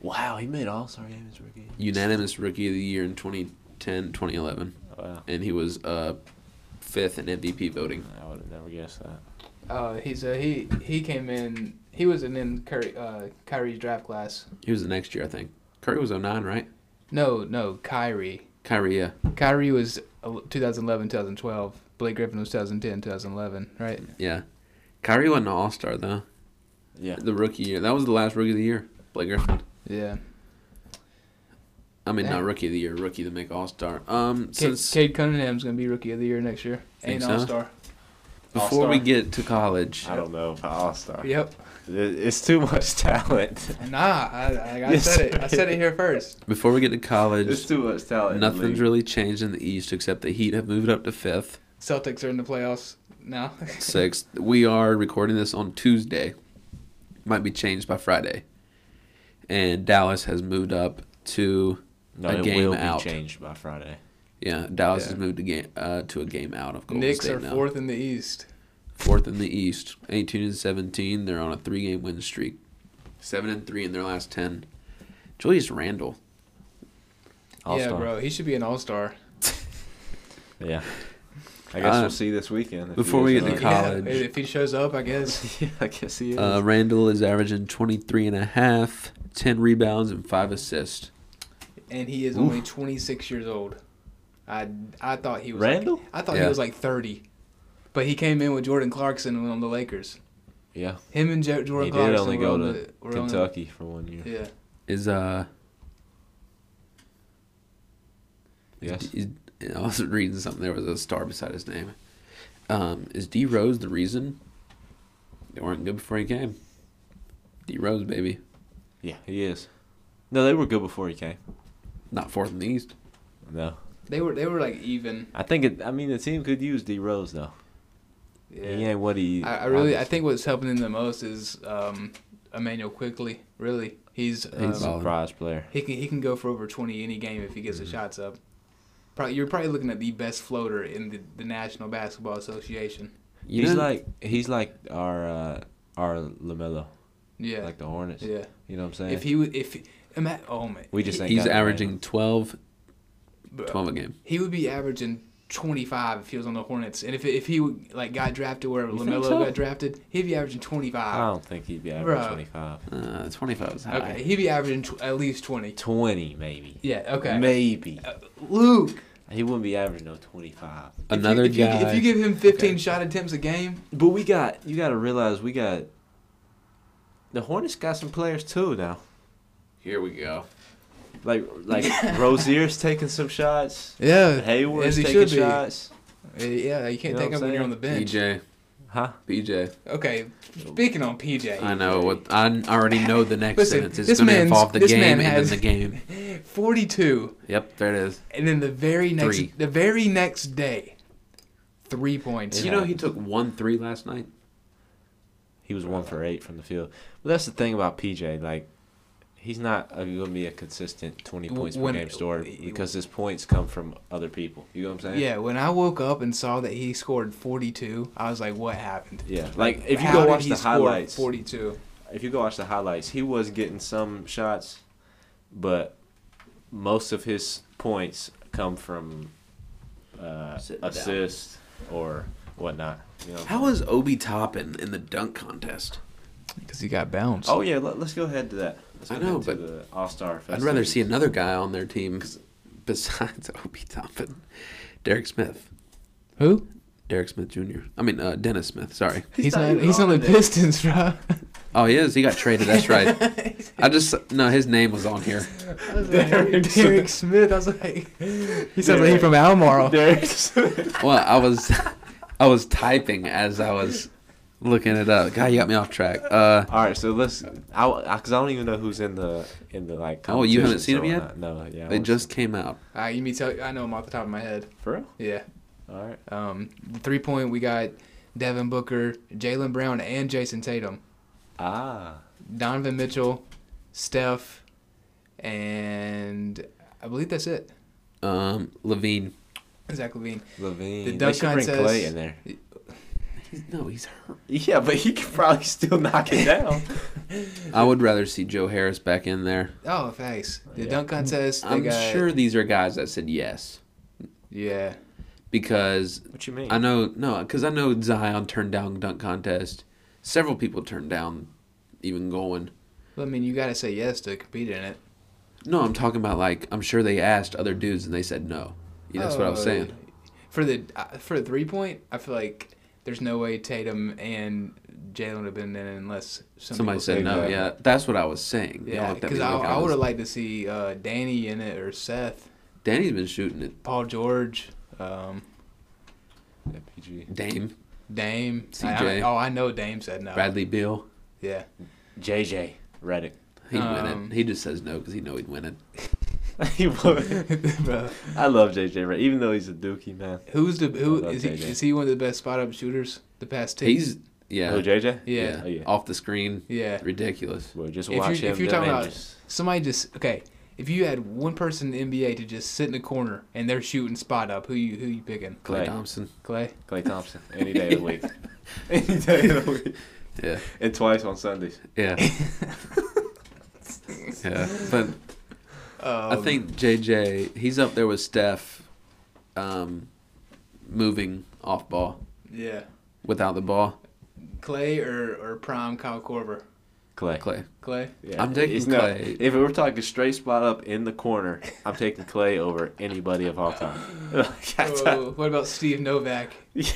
Speaker 1: Wow, he made All Star game as rookie.
Speaker 3: unanimous rookie of the year in 2010, 2011,
Speaker 1: Wow.
Speaker 3: and he was uh, fifth in MVP voting.
Speaker 1: I would have never guessed that.
Speaker 2: Uh, he's a, he he came in. He was in in Curry, uh, Kyrie's draft class.
Speaker 3: He was the next year, I think. Curry was 09, right?
Speaker 2: No, no, Kyrie.
Speaker 3: Kyrie, yeah.
Speaker 2: Kyrie was uh, 2011, 2012. Blake Griffin was 2010, 2011. Right.
Speaker 3: Yeah. Kyrie wasn't an all star though.
Speaker 1: Yeah.
Speaker 3: The rookie year. That was the last rookie of the year. Blake Griffin.
Speaker 2: Yeah.
Speaker 3: I mean
Speaker 2: Yeah.
Speaker 3: not rookie of the year, rookie to make all star. Um
Speaker 2: Cade,
Speaker 3: since
Speaker 2: Cade Cunningham's gonna be rookie of the year next year.
Speaker 3: Think
Speaker 2: And
Speaker 3: so?
Speaker 2: all star.
Speaker 3: before we
Speaker 1: All-Star.
Speaker 3: get to college
Speaker 1: I don't know about All Star.
Speaker 2: Yep.
Speaker 1: It's too much talent.
Speaker 2: Nah, I, I, I
Speaker 1: Yes,
Speaker 2: said it. I
Speaker 1: sir.
Speaker 2: said it here first.
Speaker 3: before we get to
Speaker 1: It's
Speaker 3: college
Speaker 1: too much talent. in the
Speaker 3: nothing's
Speaker 1: league.
Speaker 3: really changed in the East except the Heat have moved up to fifth,
Speaker 2: Celtics are in the playoffs now.
Speaker 3: sixth. We are recording this on Tuesday. Might be changed by Friday. And Dallas has moved up to
Speaker 1: No,
Speaker 3: a
Speaker 1: it
Speaker 3: game
Speaker 1: will
Speaker 3: out.
Speaker 1: be changed by Friday.
Speaker 3: yeah, Dallas
Speaker 2: Yeah.
Speaker 3: has moved to game uh, to a game out of Golden
Speaker 2: Knicks
Speaker 3: State
Speaker 2: are
Speaker 3: now.
Speaker 2: fourth in the East.
Speaker 3: Fourth in the East, 18 and 17. They're on a three game win streak. 7 and 3 in their last 10. Julius Randle.
Speaker 2: Yeah, bro. He should be an all star.
Speaker 1: Yeah. I guess
Speaker 3: Uh,
Speaker 1: we'll see this weekend. if he
Speaker 3: before we
Speaker 1: is
Speaker 3: get
Speaker 1: or
Speaker 3: to
Speaker 1: not.
Speaker 3: college.
Speaker 2: Yeah, if he shows up, I guess.
Speaker 1: yeah, I guess he is.
Speaker 3: Uh, Randle is averaging 23 and a half, 10 rebounds, and 5 assists.
Speaker 2: And he is
Speaker 1: Oof.
Speaker 2: only 26 years old. I I thought he was. like-
Speaker 1: Randall?
Speaker 2: I thought
Speaker 3: Yeah.
Speaker 2: he was like 30, but he came in with Jordan Clarkson on the Lakers.
Speaker 1: yeah,
Speaker 2: Him and jo- Jordan
Speaker 1: he did
Speaker 2: Clarkson
Speaker 1: only
Speaker 2: were
Speaker 1: go
Speaker 2: on
Speaker 1: to
Speaker 2: the, were on the-
Speaker 1: Kentucky for one year.
Speaker 2: yeah.
Speaker 3: Is, uh,
Speaker 1: Yes.
Speaker 3: is, I was reading something. There was a star beside his name. Um, is D Rose the reason they weren't good before he came? D Rose, baby.
Speaker 1: Yeah, he is. No, they were good before he came.
Speaker 3: Not fourth in the East.
Speaker 1: No,
Speaker 2: They were they were like even.
Speaker 1: I think it. I mean, the team could use D Rose though.
Speaker 2: Yeah.
Speaker 1: He ain't what he.
Speaker 2: I, I really I think what's helping him the most is um, Emmanuel quickly. Really, he's,
Speaker 1: he's
Speaker 2: um,
Speaker 1: a surprise player.
Speaker 2: he can he can go for over 20 any game if he gets the
Speaker 1: Mm-hmm.
Speaker 2: shots up. Probably, you're probably looking at the best floater in the, the National Basketball Association.
Speaker 3: You
Speaker 1: he's
Speaker 3: know-
Speaker 1: like he's like our uh, our Lamelo,
Speaker 2: Yeah.
Speaker 1: like the Hornets.
Speaker 2: yeah.
Speaker 1: You know what I'm saying?
Speaker 2: If he would, if he- ima- oh man,
Speaker 1: we just ain't
Speaker 3: he's
Speaker 1: got no
Speaker 3: averaging
Speaker 1: Randle.
Speaker 3: 12,
Speaker 2: Bro,
Speaker 3: 12 a game.
Speaker 2: he would be averaging 25 if he was on the Hornets, and if if he would, like got drafted where
Speaker 1: You think
Speaker 2: Lamelo
Speaker 1: so?
Speaker 2: got drafted, he'd be averaging
Speaker 1: I
Speaker 2: 25.
Speaker 1: don't think he'd be averaging
Speaker 2: Bruh.
Speaker 1: 25.
Speaker 3: Uh, 25 is high.
Speaker 2: Okay, he'd be averaging tw- at least 20.
Speaker 1: 20 maybe.
Speaker 2: Yeah. Okay. Uh,
Speaker 1: Maybe.
Speaker 2: Luke,
Speaker 1: He wouldn't be averaging no 25.
Speaker 3: Another
Speaker 2: if you,
Speaker 3: guy.
Speaker 2: If you, if you give him 15
Speaker 3: Okay.
Speaker 2: shot attempts a game,
Speaker 1: But we got you got to realize we got the Hornets got some players too now.
Speaker 3: Here we go.
Speaker 1: Like like Rozier's taking some shots.
Speaker 2: yeah,
Speaker 1: Hayward's
Speaker 2: As he
Speaker 1: taking
Speaker 2: should be. Uh,
Speaker 1: shots.
Speaker 2: yeah, you
Speaker 1: You
Speaker 2: can't
Speaker 1: know
Speaker 2: take
Speaker 1: what
Speaker 2: him
Speaker 1: I'm
Speaker 2: when
Speaker 1: saying?
Speaker 2: you're on the bench.
Speaker 3: PJ.
Speaker 1: Huh?
Speaker 3: PJ.
Speaker 2: Okay, speaking on PJ,
Speaker 3: I know. What I already know the next
Speaker 2: Listen,
Speaker 3: sentence. It's
Speaker 2: this
Speaker 3: going to
Speaker 2: man's-
Speaker 3: involve the
Speaker 2: this
Speaker 3: game
Speaker 2: man
Speaker 3: and then
Speaker 2: has-
Speaker 3: the game.
Speaker 2: 42,
Speaker 3: Yep, there it is.
Speaker 2: and then the very next,
Speaker 3: Three.
Speaker 2: the very next day, three points.
Speaker 1: Yeah.
Speaker 3: You know he took one three last night.
Speaker 1: He was 1 for 8 from the field. But that's the thing about PJ like he's not going to be a consistent twenty
Speaker 2: W-
Speaker 1: points per
Speaker 2: when-
Speaker 1: game scorer because his points come from other people. You know what I'm saying?
Speaker 2: Yeah, when I woke up and saw that he scored 42, I was like, what happened?
Speaker 1: Yeah. Like if you
Speaker 2: How
Speaker 1: go
Speaker 2: did
Speaker 1: watch
Speaker 2: he
Speaker 1: the
Speaker 2: score
Speaker 1: highlights,
Speaker 2: 42.
Speaker 1: if you go watch the highlights, he was getting some shots, but most of his points come from uh,
Speaker 3: Sitting down.
Speaker 1: assists or whatnot. You know?
Speaker 3: How was Obi Toppin in the dunk contest?
Speaker 2: Because he got bounced.
Speaker 1: Oh yeah, let, us go ahead to that. Let's go
Speaker 3: I know,
Speaker 1: ahead to the All Star.
Speaker 3: I'd rather see another guy on their team besides Obi Toppin. Derek Smith.
Speaker 2: Who?
Speaker 3: Derek Smith Jr. I mean, uh, Dennis Smith, sorry.
Speaker 2: He's,
Speaker 1: not
Speaker 2: on,
Speaker 1: even
Speaker 2: he's on the
Speaker 1: on there.
Speaker 2: Pistons, bro.
Speaker 3: Oh, he is. He got traded. That's right. I just, no, his name was on here.
Speaker 2: Derek, Derek Smith. I was like, he sounds like he's from Almaro.
Speaker 1: Derek.
Speaker 3: Well, I was, I was typing as I was looking it up. God, you got me off track. Uh,
Speaker 1: All right, so let's. I because I, don't even know who's in the in the like.
Speaker 3: Oh, you haven't
Speaker 1: competition,
Speaker 3: seen
Speaker 1: so
Speaker 3: him yet?
Speaker 1: I'm not- No, yeah. I
Speaker 3: they
Speaker 1: wasn't-
Speaker 3: just came out.
Speaker 2: Uh, you mean tell? I know him off the top of my head.
Speaker 1: for real.
Speaker 2: Yeah.
Speaker 1: All right.
Speaker 2: Um, the three point we got Devin Booker, Jalen Brown, and Jason Tatum,
Speaker 1: Ah,
Speaker 2: Donovan Mitchell, Steph, and I believe that's it.
Speaker 3: Um, Levine.
Speaker 2: Zach Levine.
Speaker 1: Levine.
Speaker 2: The
Speaker 1: The they
Speaker 2: dunk
Speaker 1: should bring
Speaker 2: contest-
Speaker 1: Clay in there.
Speaker 3: He's, no, he's hurt.
Speaker 1: Yeah, but he could probably still knock it down.
Speaker 3: I would rather see Joe Harris back in there.
Speaker 2: Oh, thanks. The
Speaker 1: Yeah.
Speaker 2: dunk contest. They
Speaker 3: I'm
Speaker 2: got,
Speaker 3: sure these are guys that said yes
Speaker 2: Yeah.
Speaker 3: because
Speaker 1: what you mean?
Speaker 3: I know no because I know Zion turned down dunk contest. Several people turned down even going.
Speaker 2: Well, I mean, you got to say yes to compete in it.
Speaker 3: No, I'm talking about like I'm sure they asked other dudes and they said no. Yeah, that's what I was
Speaker 2: Oh,
Speaker 3: saying.
Speaker 2: For the uh, for the three point, I feel like there's no way Tatum and Jalen would have been in unless some
Speaker 3: Somebody
Speaker 2: people
Speaker 3: said
Speaker 2: picked
Speaker 3: no.
Speaker 2: up.
Speaker 3: Yeah, that's what I was saying. Y'all
Speaker 2: Yeah,
Speaker 3: looked at
Speaker 2: because
Speaker 3: me
Speaker 2: I,
Speaker 3: like
Speaker 2: I
Speaker 3: was-
Speaker 2: would have liked to see uh, Danny in it or Seth,
Speaker 3: Danny's been shooting it.
Speaker 2: Paul George, um,
Speaker 1: Yeah, PG.
Speaker 3: Dame,
Speaker 2: Dame. I-
Speaker 3: CJ.
Speaker 2: I- oh, I know Dame said no.
Speaker 3: Bradley Beal.
Speaker 2: Yeah.
Speaker 1: JJ Reddick.
Speaker 3: He'd win
Speaker 2: Um,
Speaker 3: it. He just says no because he know he'd win it.
Speaker 1: He would.
Speaker 2: Bro,
Speaker 1: I love JJ Reddick, even though he's a dookie man.
Speaker 2: who's the who
Speaker 1: I love
Speaker 2: is he?
Speaker 1: JJ.
Speaker 2: Is he one of the best spot up shooters the past two?
Speaker 3: He's yeah,
Speaker 1: Oh, JJ.
Speaker 2: yeah.
Speaker 3: yeah,
Speaker 1: Oh, yeah.
Speaker 3: off the screen,
Speaker 2: yeah.
Speaker 3: ridiculous.
Speaker 1: Well, just
Speaker 2: If
Speaker 1: watch
Speaker 2: you-
Speaker 1: him.
Speaker 2: if you're
Speaker 1: do it,
Speaker 2: talking
Speaker 1: man,
Speaker 2: about-
Speaker 1: just-
Speaker 2: Somebody just okay. If you had one person in the NBA to just sit in the corner and they're shooting spot up, who you who you picking?
Speaker 3: Clay
Speaker 1: Clay.
Speaker 3: Thompson.
Speaker 2: Clay.
Speaker 1: Clay Thompson any day of the week. any day of the week.
Speaker 3: Yeah,
Speaker 1: And twice on Sundays.
Speaker 3: yeah, yeah. But I
Speaker 2: Um,
Speaker 3: think JJ, he's up there with Steph, um, moving off ball
Speaker 2: yeah,
Speaker 3: without the ball.
Speaker 2: Clay or or prime Kyle Korver.
Speaker 1: Clay.
Speaker 3: Clay,
Speaker 2: Clay.
Speaker 1: Yeah,
Speaker 3: I'm taking
Speaker 1: it's not-
Speaker 3: Clay.
Speaker 1: if we're talking straight spot up in the corner, I'm taking Clay over anybody of all time. That's-
Speaker 2: Oh, what about Steve Novak?
Speaker 1: yeah.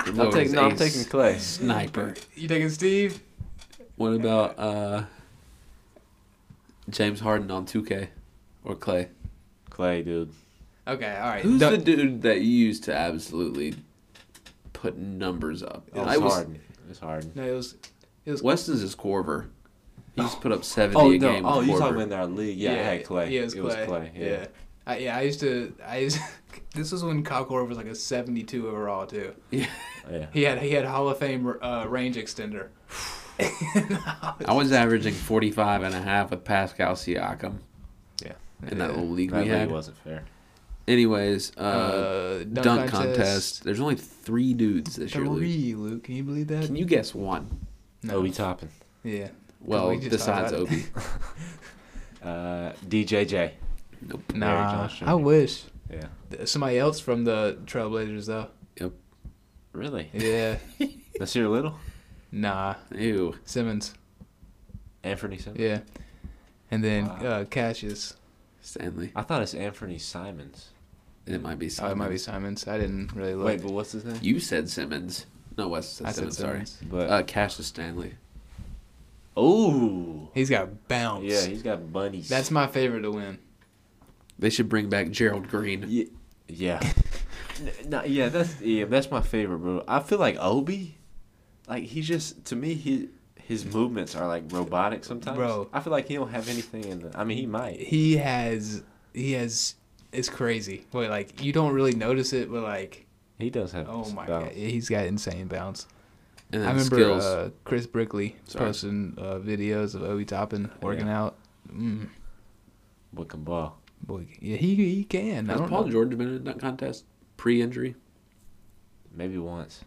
Speaker 1: I'm,
Speaker 3: Lord
Speaker 1: taking,
Speaker 3: is
Speaker 1: no, I'm
Speaker 3: ace.
Speaker 1: taking Clay.
Speaker 3: sniper.
Speaker 2: You taking Steve?
Speaker 3: What about uh, James Harden on 2K or Clay?
Speaker 1: Clay, dude.
Speaker 2: Okay, all right.
Speaker 3: Who's
Speaker 2: Du-
Speaker 3: the dude that you used to absolutely put numbers up?
Speaker 1: It's
Speaker 3: I was
Speaker 1: Harden. It's Harden.
Speaker 2: no, it was it was
Speaker 3: Weston's is Corver. He just put up 70
Speaker 1: Oh, no.
Speaker 3: a game.
Speaker 1: oh
Speaker 3: with
Speaker 1: you're
Speaker 3: Korver.
Speaker 1: talking in our league. Yeah, I had Clay.
Speaker 2: Yeah, it was Clay.
Speaker 1: Yeah.
Speaker 2: yeah. I, yeah, I used to. I used. this was when Kyle Korver was like a 72 overall too.
Speaker 1: Oh, yeah.
Speaker 2: He had he had Hall of Fame uh, range extender.
Speaker 3: I was averaging 45 and a half with Pascal Siakam in that
Speaker 2: Yeah.
Speaker 3: little league
Speaker 1: That
Speaker 3: we
Speaker 1: league
Speaker 3: had.
Speaker 1: wasn't fair.
Speaker 3: Anyways, uh,
Speaker 2: Uh,
Speaker 3: dunk, contest. There's only three dudes this year. Luke.
Speaker 2: Three, Luke. Can you believe that?
Speaker 3: Can Oh, you guess one?
Speaker 1: Obi Toppin.
Speaker 2: Yeah.
Speaker 3: Well,
Speaker 2: we just
Speaker 3: besides
Speaker 2: talked
Speaker 3: Obi.
Speaker 1: Uh, DJJ.
Speaker 3: nope.
Speaker 1: Larry
Speaker 2: Nah,
Speaker 1: Johnson.
Speaker 2: I wish.
Speaker 1: Yeah.
Speaker 2: Th- Somebody else from the Trailblazers though.
Speaker 1: Really?
Speaker 2: Yeah.
Speaker 1: Nasir Little?
Speaker 2: nah,
Speaker 3: Ew.
Speaker 2: Simmons.
Speaker 1: Anthony Simmons?
Speaker 2: Yeah. And then
Speaker 1: Wow.
Speaker 2: uh, Cassius.
Speaker 3: Stanley.
Speaker 1: I thought it's Anthony Simons.
Speaker 3: It might be
Speaker 2: Oh,
Speaker 3: Simmons.
Speaker 2: it might be Simons. I didn't really look.
Speaker 1: Wait, but what's his name?
Speaker 3: You said Simmons. No, Wes said
Speaker 2: I said
Speaker 3: Simmons,
Speaker 2: Simmons.
Speaker 1: But
Speaker 3: sorry. Uh, Cassius Stanley.
Speaker 2: Uh,
Speaker 1: oh,
Speaker 2: He's got bounce.
Speaker 1: yeah, he's got bunnies.
Speaker 2: That's my favorite to win.
Speaker 3: They should bring back Gerald Green.
Speaker 1: yeah, yeah, N- no, yeah. That's yeah, that's my favorite, bro. I feel like Obi, like he just to me he his movements are like robotic sometimes.
Speaker 2: Bro.
Speaker 1: I feel like he don't have anything in the. I mean, he might.
Speaker 2: He has. He has. It's crazy. Wait, like you don't really notice it, but like,
Speaker 1: He does have.
Speaker 2: oh my
Speaker 1: bounce.
Speaker 2: god, he's got insane bounce.
Speaker 3: And
Speaker 2: I
Speaker 3: then
Speaker 2: remember
Speaker 3: skills.
Speaker 2: uh, Chris Brickley
Speaker 1: Sorry.
Speaker 2: posting uh, videos of Obi Toppin working out. Mm,
Speaker 1: Book and ball.
Speaker 2: boy, yeah, he he can. I
Speaker 3: Has
Speaker 2: don't
Speaker 3: Paul
Speaker 2: know.
Speaker 3: George been in that contest pre-injury?
Speaker 1: Maybe once.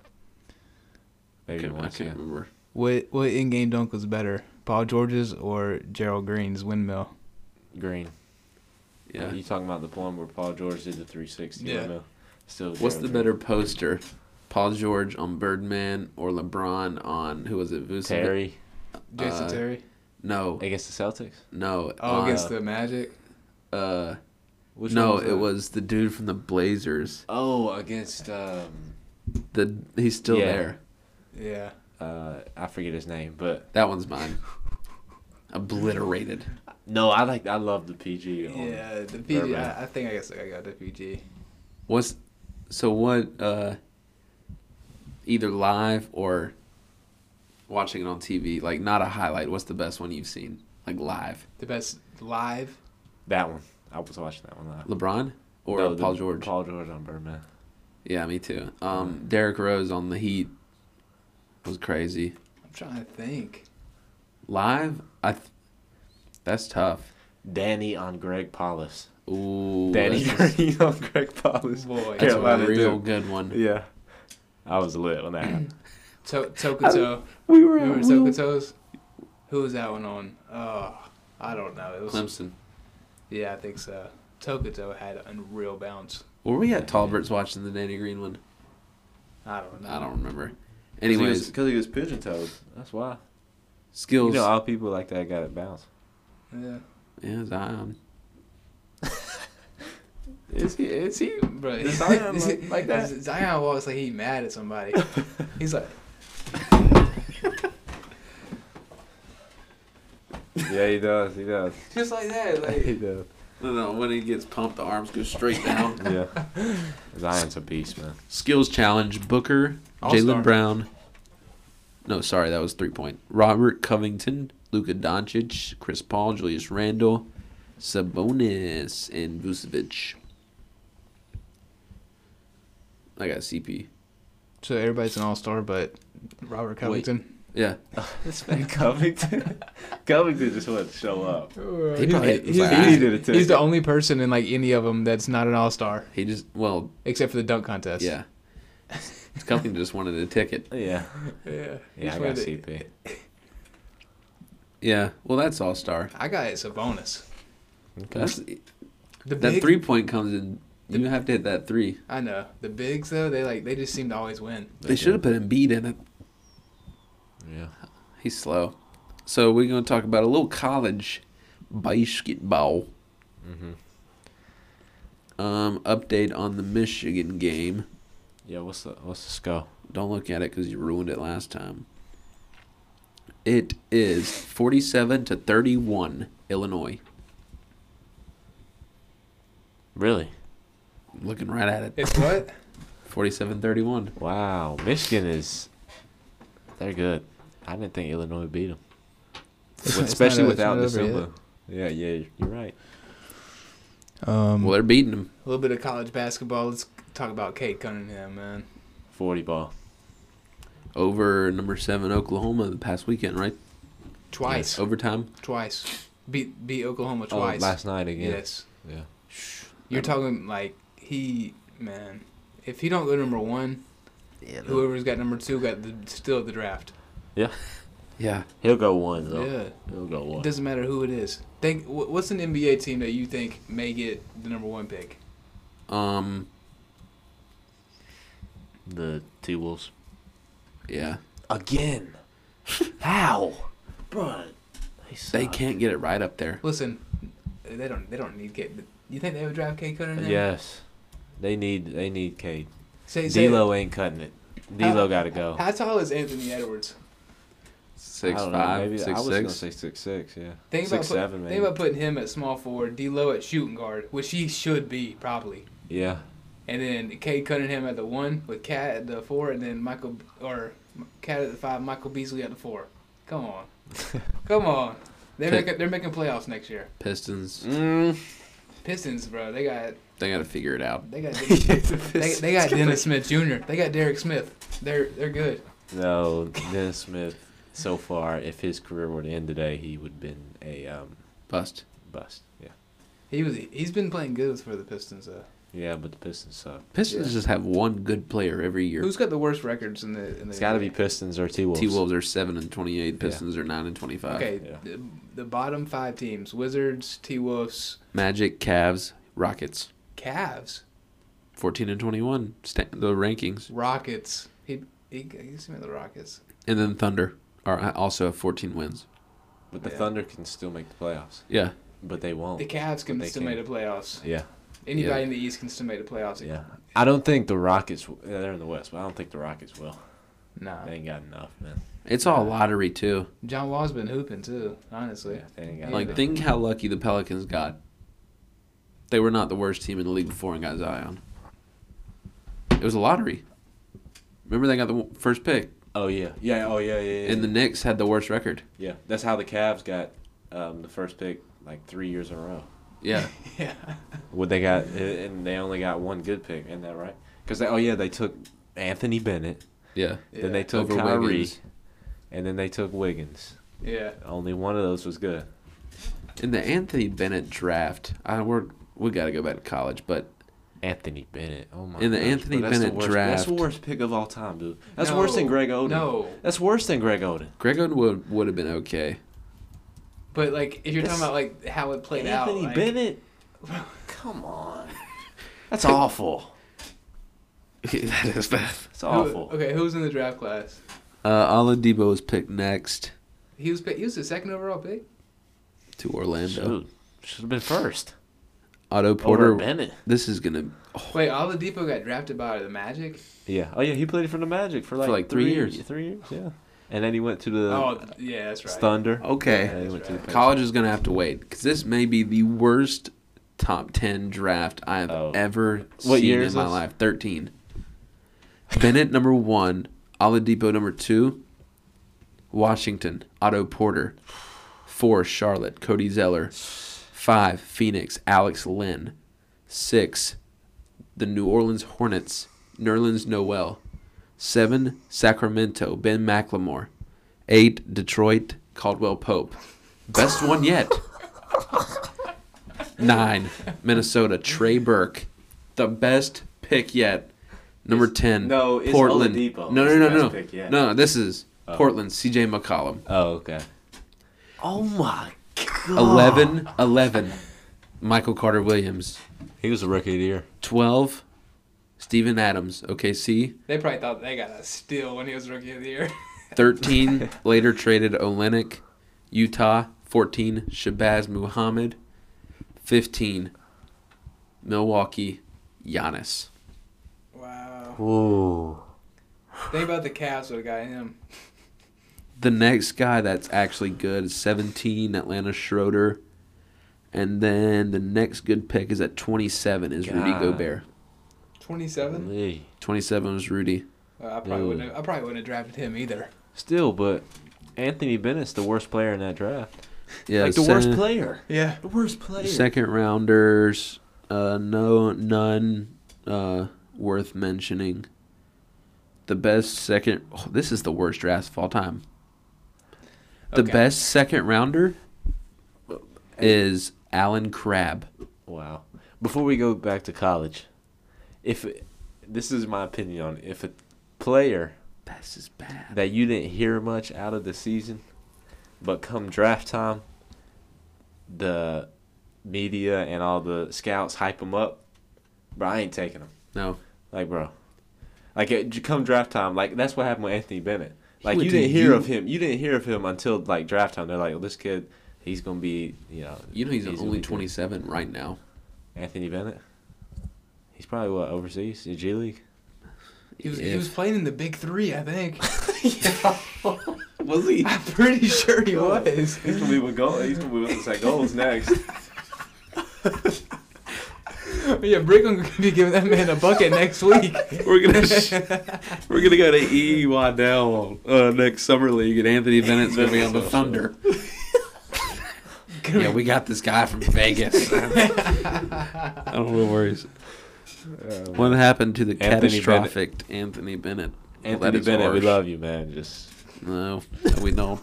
Speaker 1: Maybe
Speaker 3: Okay, I
Speaker 1: once.
Speaker 3: can't
Speaker 1: Yeah.
Speaker 3: remember.
Speaker 2: What what in game dunk was better, Paul George's or Gerald Green's windmill?
Speaker 1: Green.
Speaker 3: Yeah.
Speaker 1: You talking about the one where Paul George did the 360?
Speaker 2: Yeah.
Speaker 1: Yeah. Still.
Speaker 3: What's
Speaker 1: Gerald
Speaker 3: the
Speaker 1: Green.
Speaker 3: better poster? Paul George on Birdman or LeBron on who was it? Vucevic?
Speaker 1: Terry
Speaker 2: Jason
Speaker 3: Uh,
Speaker 2: Terry.
Speaker 3: No,
Speaker 1: against the Celtics?
Speaker 3: no.
Speaker 2: Oh,
Speaker 3: on,
Speaker 2: against the Magic.
Speaker 3: uh,
Speaker 1: Which
Speaker 3: no,
Speaker 1: one
Speaker 3: it
Speaker 1: that?
Speaker 3: was the dude from the Blazers.
Speaker 1: Oh, against um,
Speaker 3: The he's still
Speaker 1: Yeah.
Speaker 3: there.
Speaker 2: Yeah.
Speaker 1: uh, I forget his name, but
Speaker 3: That one's mine. Obliterated.
Speaker 1: no, I like I love the PG. on-
Speaker 2: Yeah, the PG.
Speaker 1: Birdman.
Speaker 2: I, I think I guess I got the PG.
Speaker 3: What's so what? Uh, either live or watching it on TV. Like not a highlight. What's the best one you've seen? Like live.
Speaker 2: The best live.
Speaker 1: That one. I was watching that one live.
Speaker 3: LeBron or
Speaker 1: No, the-
Speaker 3: Paul George.
Speaker 1: Paul George on Birdman.
Speaker 3: Yeah, me too. Um, Derrick Rose on the Heat was crazy.
Speaker 2: I'm trying to think.
Speaker 3: Live, I. Th- that's tough.
Speaker 1: Danny on Greg Paulus.
Speaker 3: Ooh,
Speaker 1: Danny
Speaker 3: that's, just-
Speaker 1: Green on Greg Paulus.
Speaker 2: Boy,
Speaker 3: that's
Speaker 1: Carolina
Speaker 3: a real
Speaker 1: dude.
Speaker 3: good one.
Speaker 1: Yeah, I was lit when that happened.
Speaker 2: to- Tokuto.
Speaker 3: We were
Speaker 2: Remember Tokuto's? Who was that one on? Oh, I don't know. It was.
Speaker 3: Clemson.
Speaker 2: Yeah, I think so. Tokuto had unreal bounce.
Speaker 3: Were we at Talbert's watching the Danny Green one?
Speaker 2: I don't know.
Speaker 3: I don't remember. Anyways,
Speaker 1: because he was, pigeon toed. That's why. You
Speaker 3: skills.
Speaker 1: know, all people like that got it bounced.
Speaker 2: Yeah.
Speaker 3: yeah, um, Zion.
Speaker 1: Is he? Is he?
Speaker 2: Bro,
Speaker 1: Does Zion look like that?
Speaker 2: Zion walks like he mad at somebody. He's like,
Speaker 1: Yeah, he does. He does.
Speaker 2: just like that.
Speaker 1: he
Speaker 2: Like,
Speaker 1: does.
Speaker 3: No, no. When he gets pumped, the arms go straight down.
Speaker 1: Yeah. Zion's a beast, man.
Speaker 3: skills challenge. Booker,
Speaker 2: All-star.
Speaker 3: Jalen Brown. No, sorry, that was three point. Robert Covington, Luka Doncic, Chris Paul, Julius Randle, Sabonis, and Vucevic. I got CP.
Speaker 2: so everybody's an all star, but Robert Covington.
Speaker 3: Yeah,
Speaker 1: This man Covington. Covington just wanted to show up.
Speaker 3: He probably-
Speaker 2: he's,
Speaker 3: he
Speaker 2: he's-
Speaker 1: needed it too.
Speaker 2: he's the only person in like any of them that's not an all star
Speaker 3: he just well,
Speaker 2: except for the dunk contest.
Speaker 3: yeah. Covington just wanted a ticket.
Speaker 1: Yeah.
Speaker 2: yeah.
Speaker 1: Yeah, I got CP.
Speaker 3: Yeah, well, that's all star.
Speaker 2: I got it. It's a bonus.
Speaker 3: That's
Speaker 2: The
Speaker 3: that
Speaker 2: big-
Speaker 3: three point comes in. You have to hit that three.
Speaker 2: I know the bigs though. They like they just seem to always win.
Speaker 3: They should have put Embiid in it.
Speaker 1: Yeah.
Speaker 3: He's slow. So we're gonna talk about a little college basketball.
Speaker 1: Mhm.
Speaker 3: Um, update on the Michigan game.
Speaker 1: Yeah. What's the What's the score?
Speaker 3: Don't look at it because you ruined it last time. It is forty-seven to thirty-one, Illinois.
Speaker 1: Really?
Speaker 3: Looking right at it.
Speaker 2: It's what?
Speaker 3: 47-31.
Speaker 1: Wow. Michigan is. They're good. I didn't think Illinois beat them, especially without December. Yeah. Yeah. You're right.
Speaker 2: Um,
Speaker 3: Well, they're beating them.
Speaker 2: a little bit of college basketball. Let's talk about Kate Cunningham, man.
Speaker 1: Forty ball.
Speaker 3: over number seven Oklahoma the past weekend, right?
Speaker 2: Twice,
Speaker 3: Overtime.
Speaker 2: twice, beat beat Oklahoma
Speaker 1: Oh,
Speaker 2: twice.
Speaker 1: last night again.
Speaker 2: Yes,
Speaker 1: Yeah.
Speaker 2: you're talking like he, man. If he don't go number one, whoever's got number two got the still at the draft.
Speaker 3: Yeah.
Speaker 1: He'll go one though.
Speaker 2: Yeah,
Speaker 1: He'll go
Speaker 2: it
Speaker 1: one.
Speaker 2: doesn't matter who it is. Think wh- what's an NBA team that you think may get the number one pick?
Speaker 3: Um.
Speaker 1: The T Wolves.
Speaker 3: Yeah.
Speaker 1: Again. How? Bro. They,
Speaker 3: They
Speaker 1: suck.
Speaker 3: can't get it right up there.
Speaker 2: Listen, they don't they don't need Kate. You think they would draft Kate Cunningham?
Speaker 1: Yes. They need. They need Cade.
Speaker 2: Say, say,
Speaker 1: D'Lo ain't cutting it. D'Lo got to go.
Speaker 2: How tall is Anthony Edwards?
Speaker 3: Six
Speaker 1: I don't know,
Speaker 3: five,
Speaker 1: maybe-
Speaker 3: six
Speaker 1: I was
Speaker 3: six.
Speaker 1: gonna say six six. Yeah.
Speaker 2: Think about,
Speaker 1: six
Speaker 2: put,
Speaker 1: seven
Speaker 2: think
Speaker 1: maybe.
Speaker 2: about putting him at small forward, D'Lo at shooting guard, which he should be probably,
Speaker 1: yeah.
Speaker 2: and then Cade Cunningham at the one with Cat at the four, and then Michael or Cat at the five, Michael Beasley at the four. Come on, come on. They're
Speaker 3: Pick-
Speaker 2: making they're making playoffs next year.
Speaker 3: Pistons.
Speaker 1: Mm.
Speaker 2: Pistons, bro. They got
Speaker 3: They got to figure it out.
Speaker 2: they got they, they got Dennis Smith Jr. They got Derek Smith. They're they're good.
Speaker 1: No, Dennis Smith. So far, if his career were to end today, he would have been a um,
Speaker 3: Bust.
Speaker 1: bust. Yeah.
Speaker 2: He was he's been playing good for the Pistons though.
Speaker 1: Yeah, but the Pistons suck.
Speaker 3: Pistons
Speaker 2: Yeah.
Speaker 3: just have one good player every year.
Speaker 2: Who's got the worst records in the in the
Speaker 1: It's got to be Pistons or T Wolves.
Speaker 3: T Wolves are seven and twenty eight.
Speaker 1: Yeah.
Speaker 3: Pistons are nine and twenty five.
Speaker 2: Okay,
Speaker 1: uh, Yeah.
Speaker 2: the, the bottom 5 teams, Wizards, T-Wolves,
Speaker 3: Magic, Cavs, Rockets,
Speaker 2: Cavs,
Speaker 3: fourteen and twenty one. Sta the rankings,
Speaker 2: Rockets. He he he's in the Rockets.
Speaker 3: and then Thunder are uh, also have fourteen wins.
Speaker 1: But the
Speaker 2: Yeah.
Speaker 1: Thunder can still make the playoffs.
Speaker 3: Yeah,
Speaker 1: But they won't.
Speaker 2: The Cavs can
Speaker 1: But they
Speaker 2: still
Speaker 1: can-
Speaker 2: make the playoffs.
Speaker 1: yeah.
Speaker 2: Anybody
Speaker 3: Yeah.
Speaker 2: in the East can still make the playoffs.
Speaker 1: Yeah. I don't think the Rockets. w- Yeah, they're in the West, but I don't think the Rockets will.
Speaker 2: Nah.
Speaker 1: They ain't got enough, man.
Speaker 3: it's all lottery too.
Speaker 2: John Wall's been hooping too, honestly.
Speaker 1: Yeah, they ain't got
Speaker 3: Like
Speaker 1: enough.
Speaker 3: think how lucky the Pelicans got. They were not the worst team in the league before and got Zion. It was a lottery. Remember they got the w- first pick,
Speaker 1: Oh yeah. Yeah. Oh yeah. Yeah. yeah.
Speaker 3: and the Knicks had the worst record.
Speaker 1: yeah. That's how the Cavs got um, the first pick like three years in a row.
Speaker 3: Yeah,
Speaker 2: Yeah.
Speaker 1: What they got, and they only got one good pick. Isn't that right? Because they, oh yeah, they took Anthony Bennett,
Speaker 3: yeah.
Speaker 2: yeah.
Speaker 1: then they took
Speaker 3: Over
Speaker 1: Kyrie,
Speaker 3: Wiggins.
Speaker 1: and then they took Wiggins.
Speaker 2: Yeah.
Speaker 1: Only one of those was good.
Speaker 3: In the Anthony Bennett draft, I we're we got to go back to college, but
Speaker 1: Anthony Bennett. Oh my.
Speaker 3: In the
Speaker 1: gosh, bro,
Speaker 3: Anthony
Speaker 1: that's
Speaker 3: Bennett
Speaker 1: worst, that's the
Speaker 3: draft-
Speaker 1: worst pick of all time, dude. That's worse than
Speaker 2: No,
Speaker 1: Greg Oden.
Speaker 2: No.
Speaker 1: That's worse than Greg Oden.
Speaker 3: Greg Oden would would have been okay.
Speaker 2: But like if you're
Speaker 1: That's-
Speaker 2: talking about like how it played out.
Speaker 1: Anthony
Speaker 2: like-
Speaker 1: Bennett. Come on. That's awful.
Speaker 3: that is bad.
Speaker 1: It's
Speaker 2: who-
Speaker 1: awful.
Speaker 2: okay, who was in the draft class?
Speaker 3: Uh, Oladipo was picked next
Speaker 2: He was pick- he was the second overall pick.
Speaker 3: to Orlando.
Speaker 1: Shoot, should have been first.
Speaker 3: Otto
Speaker 1: Porter
Speaker 3: Porter.
Speaker 1: Bennett.
Speaker 3: This is gonna
Speaker 1: Oh.
Speaker 2: Wait, Oladipo got drafted by the Magic.
Speaker 1: Yeah. Oh yeah, he played for the Magic for like,
Speaker 3: like, three years.
Speaker 1: Three years. Yeah. And then he went to the
Speaker 2: oh, yeah, that's right.
Speaker 1: Thunder.
Speaker 3: okay.
Speaker 1: And he went to the
Speaker 2: That's
Speaker 1: Pacers.
Speaker 3: College is gonna have to wait because this may be the worst top ten draft I have
Speaker 1: Oh.
Speaker 3: ever
Speaker 1: What
Speaker 3: seen
Speaker 1: year
Speaker 3: in
Speaker 1: is
Speaker 3: my
Speaker 1: this?
Speaker 3: life. Thirteen. Bennett number one, Oladipo number two, Washington, Otto Porter, four Charlotte, Cody Zeller, five Phoenix, Alex Lynn, six the New Orleans Hornets, Nerlens Noel, seven Sacramento, Ben McLemore, eight Detroit, Caldwell Pope, best one yet. Nine, Minnesota, Trey Burke. The best pick yet. Number
Speaker 1: It's-
Speaker 3: ten.
Speaker 1: no, it's
Speaker 3: Portland. No,
Speaker 1: Oladipo.
Speaker 3: no,
Speaker 1: It's the
Speaker 3: no, no.
Speaker 1: best pick
Speaker 3: No,
Speaker 1: yet.
Speaker 3: no, this is Portland, CJ McCollum.
Speaker 1: Oh okay. Oh my god.
Speaker 3: 11, 11, Michael Carter Williams.
Speaker 1: He was a rookie of the year.
Speaker 3: 12, Steven Adams, OKC.
Speaker 2: They probably thought they got a steal when he was rookie of the year.
Speaker 3: 13, later traded Olenek, Utah. 14, Shabazz Muhammad. 15, Milwaukee, Giannis.
Speaker 2: wow.
Speaker 1: Whoa.
Speaker 2: Think about the Cavs would have got him.
Speaker 3: The next guy that's actually good is 17, Atlanta Schroeder. And then the next good pick is at 27 is Rudy
Speaker 1: God.
Speaker 3: Gobert.
Speaker 2: 27?
Speaker 1: Lee.
Speaker 3: 27 was Rudy.
Speaker 2: Uh, I probably
Speaker 1: Ooh.
Speaker 2: wouldn't. Have, I probably wouldn't have drafted him either.
Speaker 1: Still, but Anthony Bennett's the worst player in that draft.
Speaker 3: Yeah,
Speaker 1: like the worst
Speaker 3: seven-
Speaker 1: player.
Speaker 2: Yeah.
Speaker 1: The worst player.
Speaker 3: Second rounders, uh, no, none uh, worth mentioning. The best second. oh, this is the worst draft of all time. The
Speaker 2: Okay.
Speaker 3: best second rounder is Alan Crabb.
Speaker 1: Wow. Before we go back to college, if this is my opinion on it, if a player
Speaker 3: This is bad.
Speaker 1: that you didn't hear much out of the season, but come draft time, the media and all the scouts hype him up, bro, I ain't taking him.
Speaker 3: No,
Speaker 1: Like, bro, like it, j- come draft time, like that's what happened with Anthony Bennett.
Speaker 3: He
Speaker 1: Like
Speaker 3: went
Speaker 1: you
Speaker 3: to
Speaker 1: didn't hear
Speaker 3: U-
Speaker 1: of him. You didn't hear of him until like draft time. They're like, well, this kid, he's gonna be, you know,
Speaker 3: you know he's,
Speaker 1: gonna be
Speaker 3: only
Speaker 1: good."
Speaker 3: twenty-seven right now.
Speaker 1: Anthony Bennett. He's probably what overseas, in G League.
Speaker 2: He was, he
Speaker 3: If-
Speaker 2: was playing in the Big Three, I think.
Speaker 3: was he?
Speaker 2: I'm pretty sure he
Speaker 1: He's
Speaker 2: was.
Speaker 1: gonna be with goals. He's gonna be with us at goals next.
Speaker 2: yeah, Brick gonna be giving that man a bucket next week.
Speaker 3: We're gonna sh- we're gonna go to E. Waddell uh, next summer league, and Anthony Bennett's gonna be on the Thunder. yeah, we got this guy from Vegas. I don't know where he's. What happened to the
Speaker 1: Anthony
Speaker 3: catastrophic Anthony Bennett?
Speaker 1: Anthony
Speaker 3: is
Speaker 1: Bennett, we
Speaker 3: harsh.
Speaker 1: love you, man. Just
Speaker 3: No, we don't.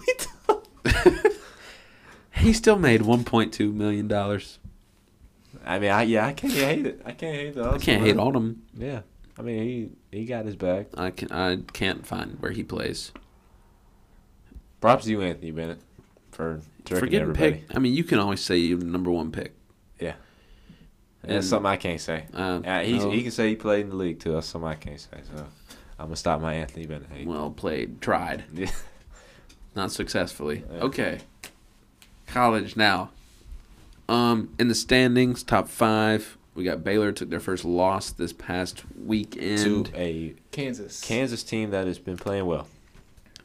Speaker 3: he still made 1.2 million dollars.
Speaker 1: I mean, I yeah, I can't hate it. I can't hate the
Speaker 3: I
Speaker 1: hustle,
Speaker 3: can't hate
Speaker 1: man.
Speaker 3: on him.
Speaker 1: Yeah, I mean, he he got his back.
Speaker 3: I can I can't find where he plays.
Speaker 1: Props to you, Anthony Bennett, for
Speaker 3: For
Speaker 1: tricking
Speaker 3: getting
Speaker 1: everybody.
Speaker 3: picked, I mean, you can always say you're the number one pick.
Speaker 1: That's
Speaker 3: and-
Speaker 1: something I can't say.
Speaker 3: Uh,
Speaker 1: Uh, he's,
Speaker 3: no,
Speaker 1: He can say he played in the league too. That's something I can't say. So I'm gonna stop my Anthony Bennett hate.
Speaker 3: well played, tried,
Speaker 1: Yeah.
Speaker 3: not successfully.
Speaker 1: Yeah.
Speaker 3: Okay, college now. Um, in the standings, top five. We got Baylor took their first loss this past
Speaker 1: to
Speaker 3: weekend.
Speaker 1: a
Speaker 2: Kansas.
Speaker 1: Kansas team that has been playing well.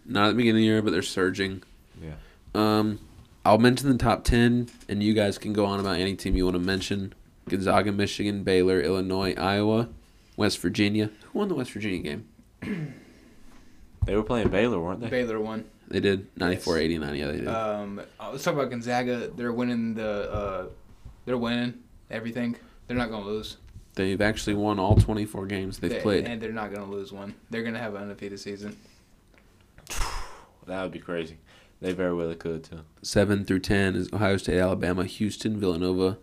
Speaker 3: Not at the beginning of the year, but they're surging.
Speaker 1: Yeah.
Speaker 3: Um, I'll mention the top ten, and you guys can go on about any team you want to mention: Gonzaga, Michigan, Baylor, Illinois, Iowa, West Virginia. Who won the West Virginia game?
Speaker 1: They were playing Baylor, weren't they?
Speaker 2: Baylor won.
Speaker 3: They did 94-89. Yeah, they did.
Speaker 2: Um, uh, let's talk about Gonzaga. They're winning the. Uh, they're winning everything. They're not gonna lose.
Speaker 3: They've actually won all twenty-four games they've
Speaker 2: They-
Speaker 3: played.
Speaker 2: and they're not gonna lose one. They're gonna have an undefeated season.
Speaker 1: That would be crazy. They very well could too.
Speaker 3: Seven through ten is Ohio State, Alabama, Houston, Villanova.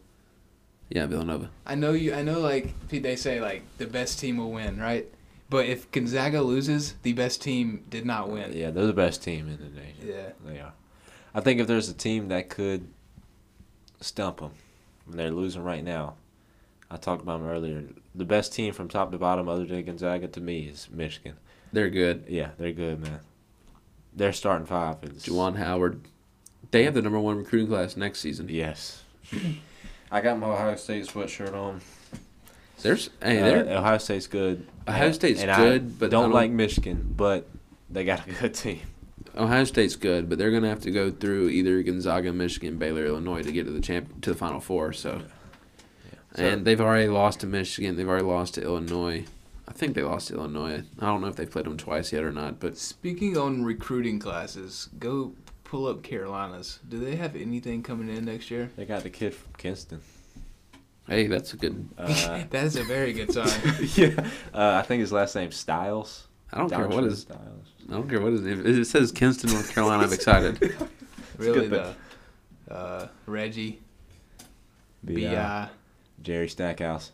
Speaker 3: Yeah, Villanova.
Speaker 2: I know you. I know like P- they say like the best team will win, right? But if Gonzaga loses, the best team did not win.
Speaker 1: Yeah, they're the best team in the nation.
Speaker 2: Yeah.
Speaker 1: They are. I think if there's a team that could stump them, and they're losing right now, I talked about them earlier. The best team from top to bottom, other than Gonzaga, to me is Michigan.
Speaker 3: They're good.
Speaker 1: Yeah, they're good, man. They're starting five. Is
Speaker 3: Juwan Howard. They have the number one recruiting class next season.
Speaker 1: Yes. I got my Ohio State sweatshirt on.
Speaker 3: There's hey,
Speaker 1: Hey,
Speaker 3: they're
Speaker 1: Ohio State's good.
Speaker 3: Ohio State's
Speaker 1: And I
Speaker 3: good, but I
Speaker 1: don't like Michigan, but they got a good team.
Speaker 3: Ohio State's good, but they're gonna have to go through either Gonzaga, Michigan, Baylor, Illinois to get to the champ to the Final Four. So,
Speaker 1: So-
Speaker 3: and they've already lost to Michigan. They've already lost to Illinois. I think they lost to Illinois. I don't know if they played them twice yet or not, but
Speaker 2: Speaking on recruiting classes, go pull up Carolinas. Do they have anything coming in next year?
Speaker 1: They got the kid from Kinston.
Speaker 3: hey, that's a good.
Speaker 1: Uh,
Speaker 2: that is a very good sign.
Speaker 1: yeah, uh, I think his last name's Styles.
Speaker 3: I don't care what
Speaker 1: Dontrell
Speaker 3: is.
Speaker 1: Styles.
Speaker 3: I don't care what is. If it says Kinston, North Carolina, I'm excited.
Speaker 2: really,
Speaker 1: good though.
Speaker 2: the uh, Reggie,
Speaker 1: B.I.
Speaker 2: Bi,
Speaker 1: Jerry Stackhouse,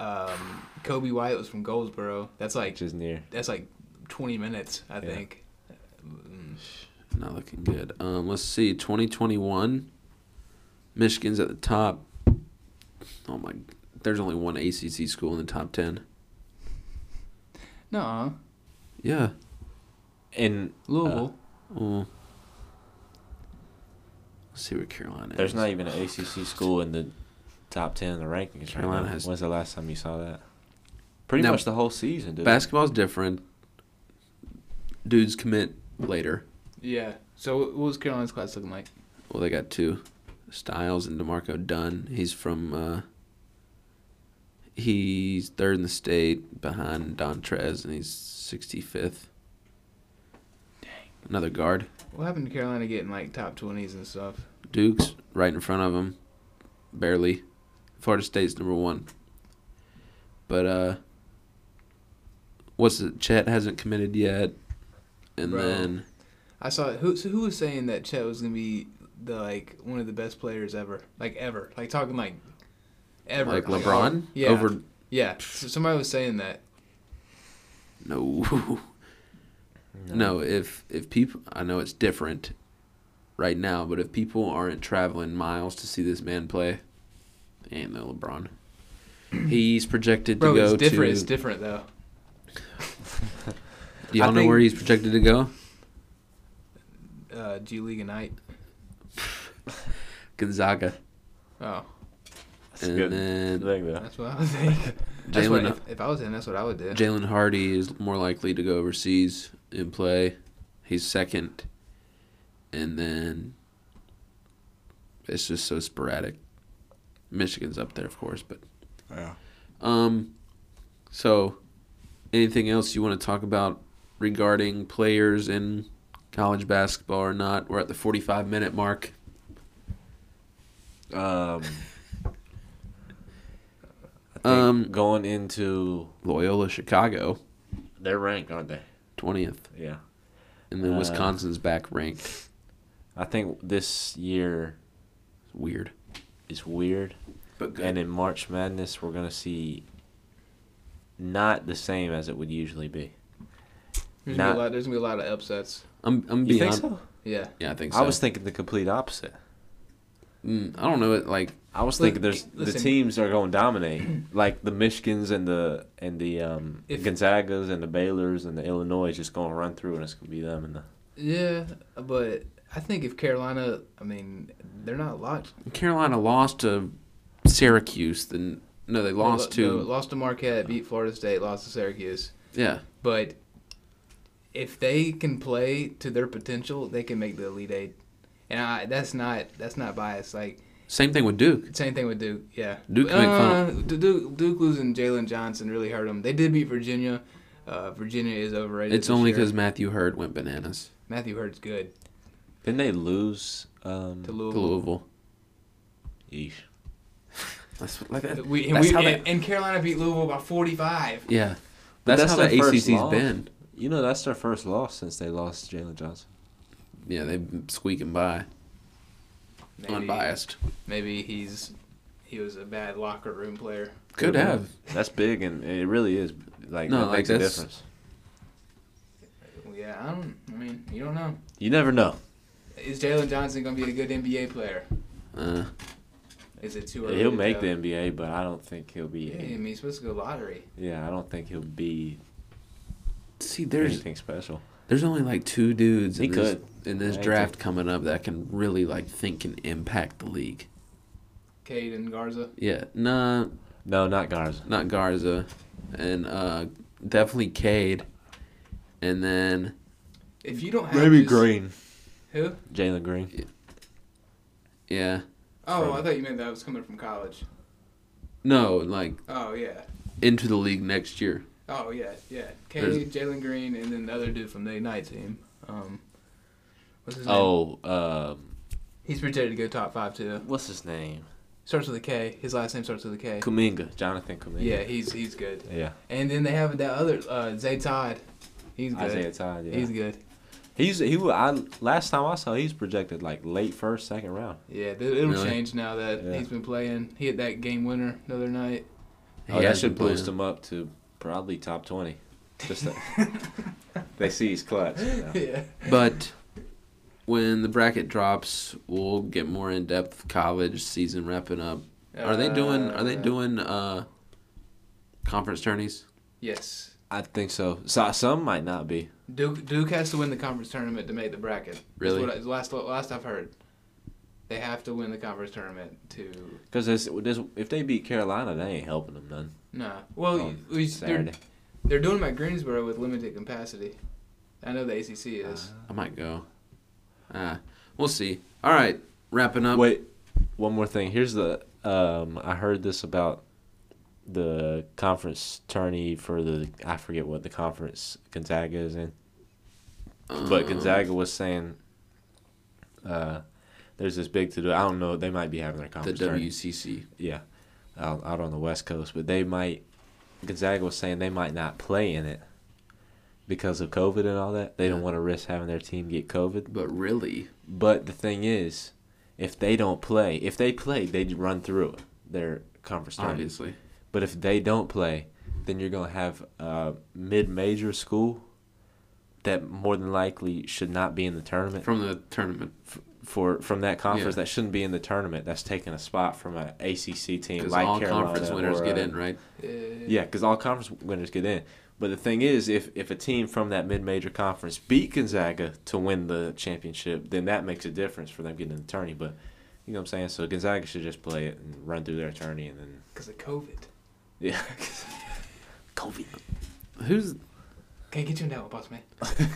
Speaker 2: um, Kobe White was from Goldsboro. That's like
Speaker 1: which is near.
Speaker 2: that's like 20 minutes, I
Speaker 1: Yeah.
Speaker 2: think. Mm,
Speaker 3: Not looking good. Um, let's see. 2021. Michigan's at the top. Oh my. There's only one ACC school in the top ten.
Speaker 2: No,
Speaker 3: Yeah.
Speaker 1: And
Speaker 2: Louisville.
Speaker 1: Uh.
Speaker 3: Well, let's see what Carolina
Speaker 1: there's
Speaker 3: is.
Speaker 1: not even an ACC school in the top ten in the rankings. Right
Speaker 3: Carolina
Speaker 1: now.
Speaker 3: has-
Speaker 1: When's the last time you saw that? Pretty
Speaker 3: Now-
Speaker 1: much the whole season, dude.
Speaker 3: Basketball's different. Dudes commit later.
Speaker 2: yeah. So what was Carolina's class looking like?
Speaker 3: Well, they got two Styles and DeMarco Dunn. He's from, uh, he's third in the state behind Don Trez, and he's 65th. Another guard.
Speaker 2: What happened to Carolina getting like top 20s and stuff?
Speaker 3: Duke's right in front of him, barely. Florida State's number one. But uh, what's it? Chet hasn't committed yet, and
Speaker 2: Bro.
Speaker 3: then
Speaker 2: I saw who so who was saying that Chet was gonna be the like one of the best players ever, like ever, like talking like ever,
Speaker 3: like LeBron
Speaker 2: yeah,
Speaker 3: over
Speaker 2: yeah. So somebody was saying that.
Speaker 3: no. no, If if people, I know it's different right now, but if people aren't traveling miles to see this man play, ain't no LeBron. He's projected
Speaker 2: Bro,
Speaker 3: to go
Speaker 2: it's different.
Speaker 3: to.
Speaker 2: It's different though.
Speaker 3: do y'all
Speaker 2: I
Speaker 3: know where
Speaker 2: think-
Speaker 3: he's projected to go?
Speaker 2: Uh, G League and night.
Speaker 3: Gonzaga.
Speaker 2: Oh,
Speaker 1: That's
Speaker 3: And
Speaker 1: good.
Speaker 3: then
Speaker 1: Good thing, though.
Speaker 2: that's what I would think. That's what,
Speaker 3: Jalen
Speaker 2: if, if I was in, that's what I would do.
Speaker 3: Jalen Hardy is more likely to go overseas and play. He's second, and then it's just so sporadic. Michigan's up there, of course, but
Speaker 1: Yeah.
Speaker 3: um, so anything else you want to talk about regarding players in college basketball or not? We're at the forty-five minute mark.
Speaker 1: Um, I think
Speaker 3: Um,
Speaker 1: going into Um,
Speaker 3: Loyola Chicago.
Speaker 1: they're ranked, aren't they?
Speaker 3: twentieth,
Speaker 1: Yeah.
Speaker 3: and then
Speaker 1: Uh,
Speaker 3: Wisconsin's back ranked.
Speaker 1: I think this year
Speaker 3: Weird,
Speaker 1: is weird.
Speaker 3: but
Speaker 1: And in March Madness, we're going to see not the same as it would usually be.
Speaker 2: There's gonna,
Speaker 1: Not-
Speaker 2: be a lot, there's gonna be a lot of upsets.
Speaker 3: I'm I'm
Speaker 1: You
Speaker 3: being
Speaker 1: think
Speaker 3: hon-
Speaker 1: so?
Speaker 2: Yeah.
Speaker 3: Yeah, I think so.
Speaker 1: I was thinking the complete opposite.
Speaker 3: Mm, I don't know it like
Speaker 1: I was
Speaker 2: Look,
Speaker 1: thinking there's the
Speaker 2: listen.
Speaker 1: teams are going to dominate, like the Michigans and the and the um,
Speaker 2: If-
Speaker 1: Gonzagas and the Baylor's and the Illinois is just going to run through, and it's going to be them and the.
Speaker 2: Yeah, but I think if Carolina, I mean, they're not locked.
Speaker 3: Carolina lost to Syracuse. Then no, they lost
Speaker 2: They lo-
Speaker 3: to
Speaker 2: they lost to Marquette, beat Florida State, lost to Syracuse.
Speaker 3: yeah.
Speaker 2: But if they can play to their potential, they can make the Elite Eight. And I, that's not that's not biased. Like
Speaker 3: Same thing with Duke.
Speaker 2: same thing with Duke. Yeah,
Speaker 3: Duke can make
Speaker 2: Uh, Du- Duke, Duke losing Jalen Johnson really hurt them. They did beat Virginia. Uh, Virginia is overrated.
Speaker 3: It's
Speaker 2: this
Speaker 3: only
Speaker 2: year.
Speaker 3: because Matthew Hurd went bananas
Speaker 2: Matthew Hurd's good
Speaker 1: Didn't they lose? Um,
Speaker 2: to
Speaker 3: to
Speaker 2: Louisville.
Speaker 3: Louisville.
Speaker 1: yeesh.
Speaker 3: That's what- like that.
Speaker 2: We, and,
Speaker 3: That's
Speaker 2: we,
Speaker 3: how they-
Speaker 2: and, and Carolina beat Louisville by 45.
Speaker 3: Yeah,
Speaker 1: But
Speaker 3: that's,
Speaker 1: that's
Speaker 3: how
Speaker 1: their
Speaker 3: the
Speaker 1: first
Speaker 3: ACC's
Speaker 1: loss.
Speaker 3: been.
Speaker 1: You know that's their first loss since they lost Jalen Johnson.
Speaker 3: Yeah, they've been squeaking by,
Speaker 2: Maybe-
Speaker 3: unbiased.
Speaker 2: Maybe he's he was a bad locker room player.
Speaker 3: Could
Speaker 1: Could've
Speaker 3: have.
Speaker 1: That's big, and it really is like
Speaker 3: No,
Speaker 1: that
Speaker 3: like,
Speaker 1: makes a
Speaker 3: that's-
Speaker 1: difference.
Speaker 2: Well, yeah, I don't. I mean, you don't know.
Speaker 1: You never know.
Speaker 2: Is Jalen Johnson gonna be a good NBA player?
Speaker 3: Uh,
Speaker 2: Is it too early?
Speaker 1: He'll
Speaker 2: to
Speaker 1: make
Speaker 2: tell?
Speaker 1: the NBA, but I don't think he'll be.
Speaker 2: Yeah, I
Speaker 1: Yeah,
Speaker 2: mean, he's supposed to go lottery.
Speaker 1: I don't think he'll be
Speaker 3: see, there's
Speaker 1: anything special.
Speaker 3: there's only like two dudes
Speaker 1: He
Speaker 3: in this, in
Speaker 1: I
Speaker 3: this
Speaker 1: think.
Speaker 3: draft coming up that can really like think and impact the league.
Speaker 2: Cade and Garza.
Speaker 3: Yeah, nah,
Speaker 1: No, not Garza.
Speaker 3: not Garza, and uh, definitely Cade, and then
Speaker 2: If you don't have
Speaker 1: Maybe
Speaker 2: just-
Speaker 1: Green.
Speaker 2: Who?
Speaker 1: Jalen Green.
Speaker 3: yeah,
Speaker 2: Oh, I
Speaker 1: From-
Speaker 2: thought you meant that was coming from college.
Speaker 3: no, like
Speaker 2: Oh yeah.
Speaker 3: into the league next year.
Speaker 2: Oh yeah. Yeah.
Speaker 3: There's-
Speaker 2: Cade, Jalen Green, and then the other dude from the night team. Um, what's his name?
Speaker 1: Oh, um,
Speaker 2: He's projected to go top five too.
Speaker 1: what's his name?
Speaker 2: Starts with a K. His last name starts with a K.
Speaker 1: Kuminga. Jonathan Kuminga.
Speaker 2: Yeah, he's he's good.
Speaker 1: Yeah.
Speaker 2: And then they have that other uh, Zay Todd. He's good.
Speaker 1: Isaiah Todd. Yeah.
Speaker 2: He's
Speaker 1: He's
Speaker 2: good.
Speaker 1: he's he. wa- I last time I saw he's projected like late first, second round.
Speaker 2: Yeah, th- it'll
Speaker 3: Really?
Speaker 2: change now that
Speaker 1: Yeah.
Speaker 2: he's been playing. He hit that game winner the other night.
Speaker 1: Oh, that
Speaker 3: has
Speaker 1: should
Speaker 3: been playing.
Speaker 1: boost him up to probably top twenty. Just that- they see he's clutch. you know.
Speaker 2: yeah.
Speaker 3: But when the bracket drops, we'll get more in depth. College season wrapping up. Are they doing? Are they
Speaker 2: Uh,
Speaker 3: doing uh, conference tourneys?
Speaker 2: Yes.
Speaker 1: I think so. so. Some might not be.
Speaker 2: Duke Duke has to win the conference tournament to make the bracket. That's
Speaker 3: Really?
Speaker 2: what I- last last I've heard, they have to win the conference tournament to.
Speaker 1: Because this, this, if they beat Carolina, that ain't helping them none.
Speaker 2: No. Well,
Speaker 3: Oh,
Speaker 1: on
Speaker 2: we, they're,
Speaker 1: Saturday.
Speaker 2: they're doing them at Greensboro with limited capacity. I know the ACC is.
Speaker 3: I might go. Ah, we'll see. All right, wrapping up.
Speaker 1: Wait, one more thing. Here's the. Um, I heard this about the conference tourney for the. I forget what the conference Gonzaga is in, but
Speaker 3: Um,
Speaker 1: Gonzaga was saying. Uh, there's this big to do. I don't know. They might be having their
Speaker 3: the
Speaker 1: conference tourney.
Speaker 3: WCC.
Speaker 1: Yeah, out, out on the West Coast, but they might. Gonzaga was saying they might not play in it because of COVID and all that. They don't want to risk having their team get COVID.
Speaker 3: But really,
Speaker 1: But the thing is, if they don't play, if they play, they run through their conference tournament.
Speaker 3: obviously,
Speaker 1: But if they don't play, then you're gonna have a mid-major school that more than likely should not be in the tournament
Speaker 3: from the tournament
Speaker 1: for from that conference
Speaker 3: Yeah.
Speaker 1: that shouldn't be in the tournament. That's taking a spot from an ACC team
Speaker 3: because
Speaker 1: like
Speaker 3: all
Speaker 1: Carolina
Speaker 3: conference winners
Speaker 1: or,
Speaker 3: get
Speaker 1: uh,
Speaker 3: in, right?
Speaker 2: Uh,
Speaker 1: yeah, because all conference winners get in. But the thing is, if if a team from that mid-major conference beat Gonzaga to win the championship, then that makes a difference for them getting an attorney. But you know what I'm saying? So Gonzaga should just play it and run through their attorney, and then
Speaker 2: Because of COVID.
Speaker 1: yeah, COVID.
Speaker 3: Who's
Speaker 2: Can't get you in that one, boss man.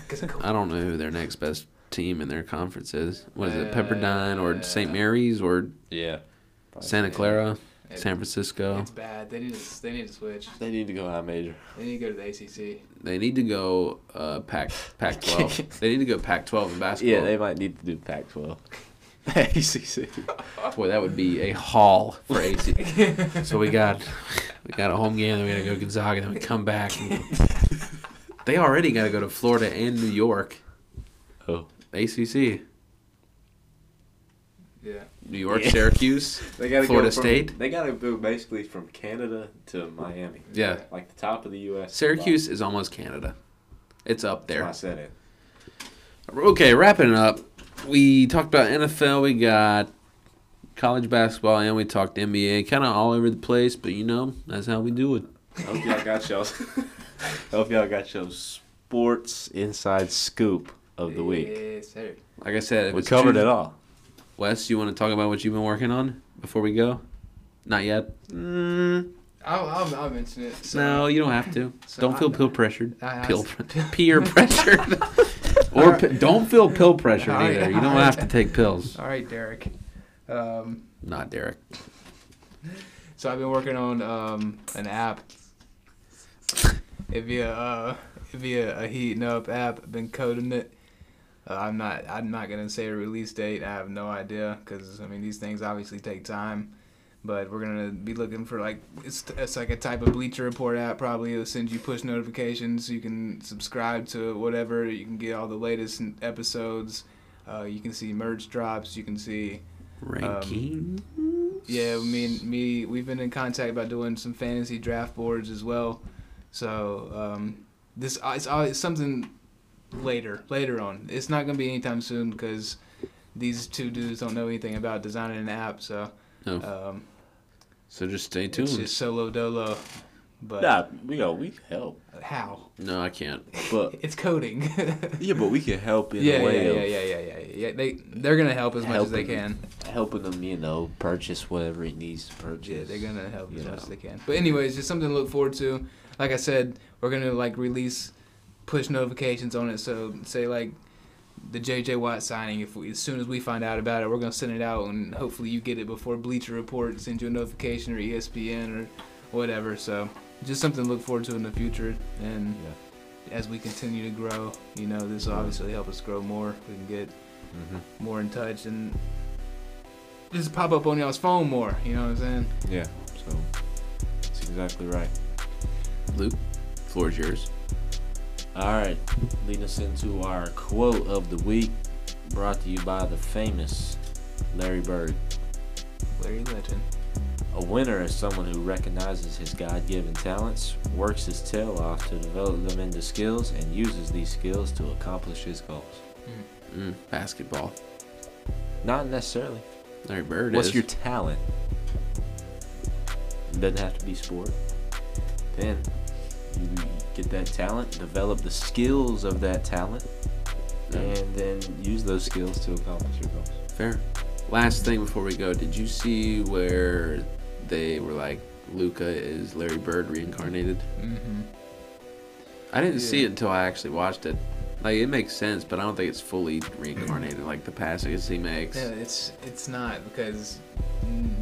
Speaker 2: 'Cause of COVID.
Speaker 3: I don't know who their next best team in their conference is. What is it, Pepperdine or
Speaker 2: Uh,
Speaker 3: St. Mary's or
Speaker 1: Yeah,
Speaker 3: Santa Clara,
Speaker 2: It-
Speaker 3: San Francisco?
Speaker 2: It's bad. They need to. They need to switch.
Speaker 1: they need to go high major.
Speaker 2: They need to go to the ACC.
Speaker 3: They need to go uh, Pac Pac twelve. they need to go Pac twelve in basketball.
Speaker 1: Yeah, they might need to do Pac-12, ACC.
Speaker 3: Boy, that would be a haul for AC. so we got we got a home game, then we gotta go Gonzaga, then we come back. and- They already got to go to Florida and New York.
Speaker 1: Oh.
Speaker 3: ACC.
Speaker 2: Yeah.
Speaker 3: New York,
Speaker 1: Yeah.
Speaker 3: Syracuse,
Speaker 1: They gotta
Speaker 3: Florida
Speaker 1: go from-
Speaker 3: State.
Speaker 1: They gotta go basically from Canada to Miami.
Speaker 3: Yeah.
Speaker 1: Like the top of the U.S.
Speaker 3: Syracuse is almost Canada. It's up
Speaker 1: That's why
Speaker 3: there.
Speaker 1: I said it.
Speaker 3: Okay, wrapping it up. We talked about NFL, we got college basketball, and we talked NBA. Kind of all over the place, but you know, that's how we do it.
Speaker 1: Hope y'all got y'all. hope y'all got your sports inside scoop of the week.
Speaker 2: Yes, sir.
Speaker 3: Like I said, if
Speaker 1: We
Speaker 3: it's
Speaker 1: covered
Speaker 3: Tuesday-
Speaker 1: it all.
Speaker 3: Wes, you want to talk about what you've been working on before we go? Not yet.
Speaker 1: Mm,
Speaker 2: I'll, I'll, I'll mention it. So,
Speaker 3: no, you don't have to.
Speaker 2: so
Speaker 3: don't
Speaker 2: I-
Speaker 3: feel peer pressured.
Speaker 2: I- I-
Speaker 3: Peer, peer pressured. or pe- don't feel pill pressured
Speaker 2: All right.
Speaker 3: either. You don't have to take pills.
Speaker 2: All right, Derek. Um,
Speaker 3: Not Derek.
Speaker 2: so I've been working on um, an app. It'd be a uh, it'd be a, a heating up app. I've been coding it. Uh, I'm not I'm not gonna say a release date. I have no idea because I mean these things obviously take time. But we're gonna be looking for like it's it's like a type of Bleacher Report app. Probably it'll send you push notifications. You can subscribe to whatever. You can get all the latest episodes. Uh, you can see merge drops. You can see
Speaker 3: Ranking.
Speaker 2: Yeah, me and me, we've been in contact about doing some fantasy draft boards as well. So um, this uh, it's, always something later, later on. It's not gonna be anytime soon because these two dudes don't know anything about designing an app. So
Speaker 3: No.
Speaker 2: um,
Speaker 3: so just stay tuned.
Speaker 2: it's just solo dolo. But
Speaker 1: nah, we know we can help,
Speaker 2: how?
Speaker 3: no, I can't.
Speaker 1: but
Speaker 2: It's coding.
Speaker 1: yeah, but we can help in
Speaker 2: yeah,
Speaker 1: a
Speaker 2: yeah,
Speaker 1: way
Speaker 2: yeah, yeah, yeah, yeah, yeah. They they're gonna help as much as they
Speaker 1: Helping.
Speaker 2: can.
Speaker 1: of helping them, you know, purchase whatever it needs to
Speaker 2: Yeah,
Speaker 1: purchase.
Speaker 2: they're gonna help as
Speaker 1: you
Speaker 2: much
Speaker 1: know.
Speaker 2: as they can. But anyways, just something to look forward to. Like I said, we're gonna like release push notifications on it. So say like the JJ Watt signing. If we, as soon as we find out about it, we're gonna send it out, and hopefully you get it before Bleacher Report sends you a notification or E ESPN or whatever. So just something to look forward to in the future. And as we continue to grow, you know, this will obviously help us grow more. We can get
Speaker 1: Mm-hmm.
Speaker 2: more in touch and just pop up on y'all's phone more. You know what I'm saying?
Speaker 1: Yeah. So that's exactly right.
Speaker 3: Luke, floor is yours.
Speaker 1: All right, lead us into our quote of the week, brought to you by the famous Larry Bird.
Speaker 2: Larry Legend.
Speaker 1: A winner is someone who recognizes his God given talents, works his tail off to develop them into skills, and uses these skills to accomplish his goals.
Speaker 3: Mm, basketball.
Speaker 1: Not necessarily.
Speaker 3: Larry Bird
Speaker 1: What's
Speaker 3: is.
Speaker 1: your talent? It doesn't have to be sport. Then you get that talent, develop the skills of that talent, and then use those skills to accomplish your goals.
Speaker 3: Uh, Fair. Last thing before we go, did you see where they were like Luca is Larry Bird reincarnated?
Speaker 2: Mm-hmm.
Speaker 3: I didn't see
Speaker 2: Yeah.
Speaker 3: it until I actually watched it. Like it makes sense, but I don't think it's fully reincarnated like the passes he makes.
Speaker 2: Yeah, it's it's not because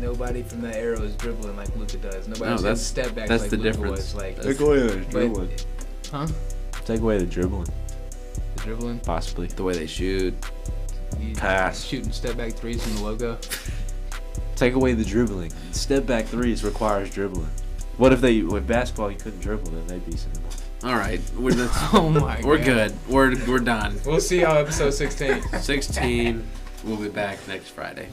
Speaker 2: nobody from that era was dribbling like Luca does. Nobody
Speaker 3: No,
Speaker 2: was
Speaker 3: that's-
Speaker 2: that's, step back
Speaker 3: that's
Speaker 2: like
Speaker 3: the
Speaker 2: Luka
Speaker 3: difference.
Speaker 2: was. Like,
Speaker 3: That's-
Speaker 1: away the
Speaker 2: dribbling. huh?
Speaker 1: Take away the dribbling,
Speaker 2: The dribbling,
Speaker 1: possibly.
Speaker 3: The way they shoot.
Speaker 2: you,
Speaker 1: Pass.
Speaker 2: shooting step back threes from the logo.
Speaker 1: Take away the dribbling. Step back threes requires dribbling. What if they with basketball you couldn't dribble? Then they'd be some.
Speaker 3: All right, we're that's,
Speaker 2: Oh my
Speaker 3: we're
Speaker 2: God.
Speaker 3: good. We're we're done.
Speaker 2: We'll see y'all episode 16.
Speaker 3: 16. We'll be back next Friday.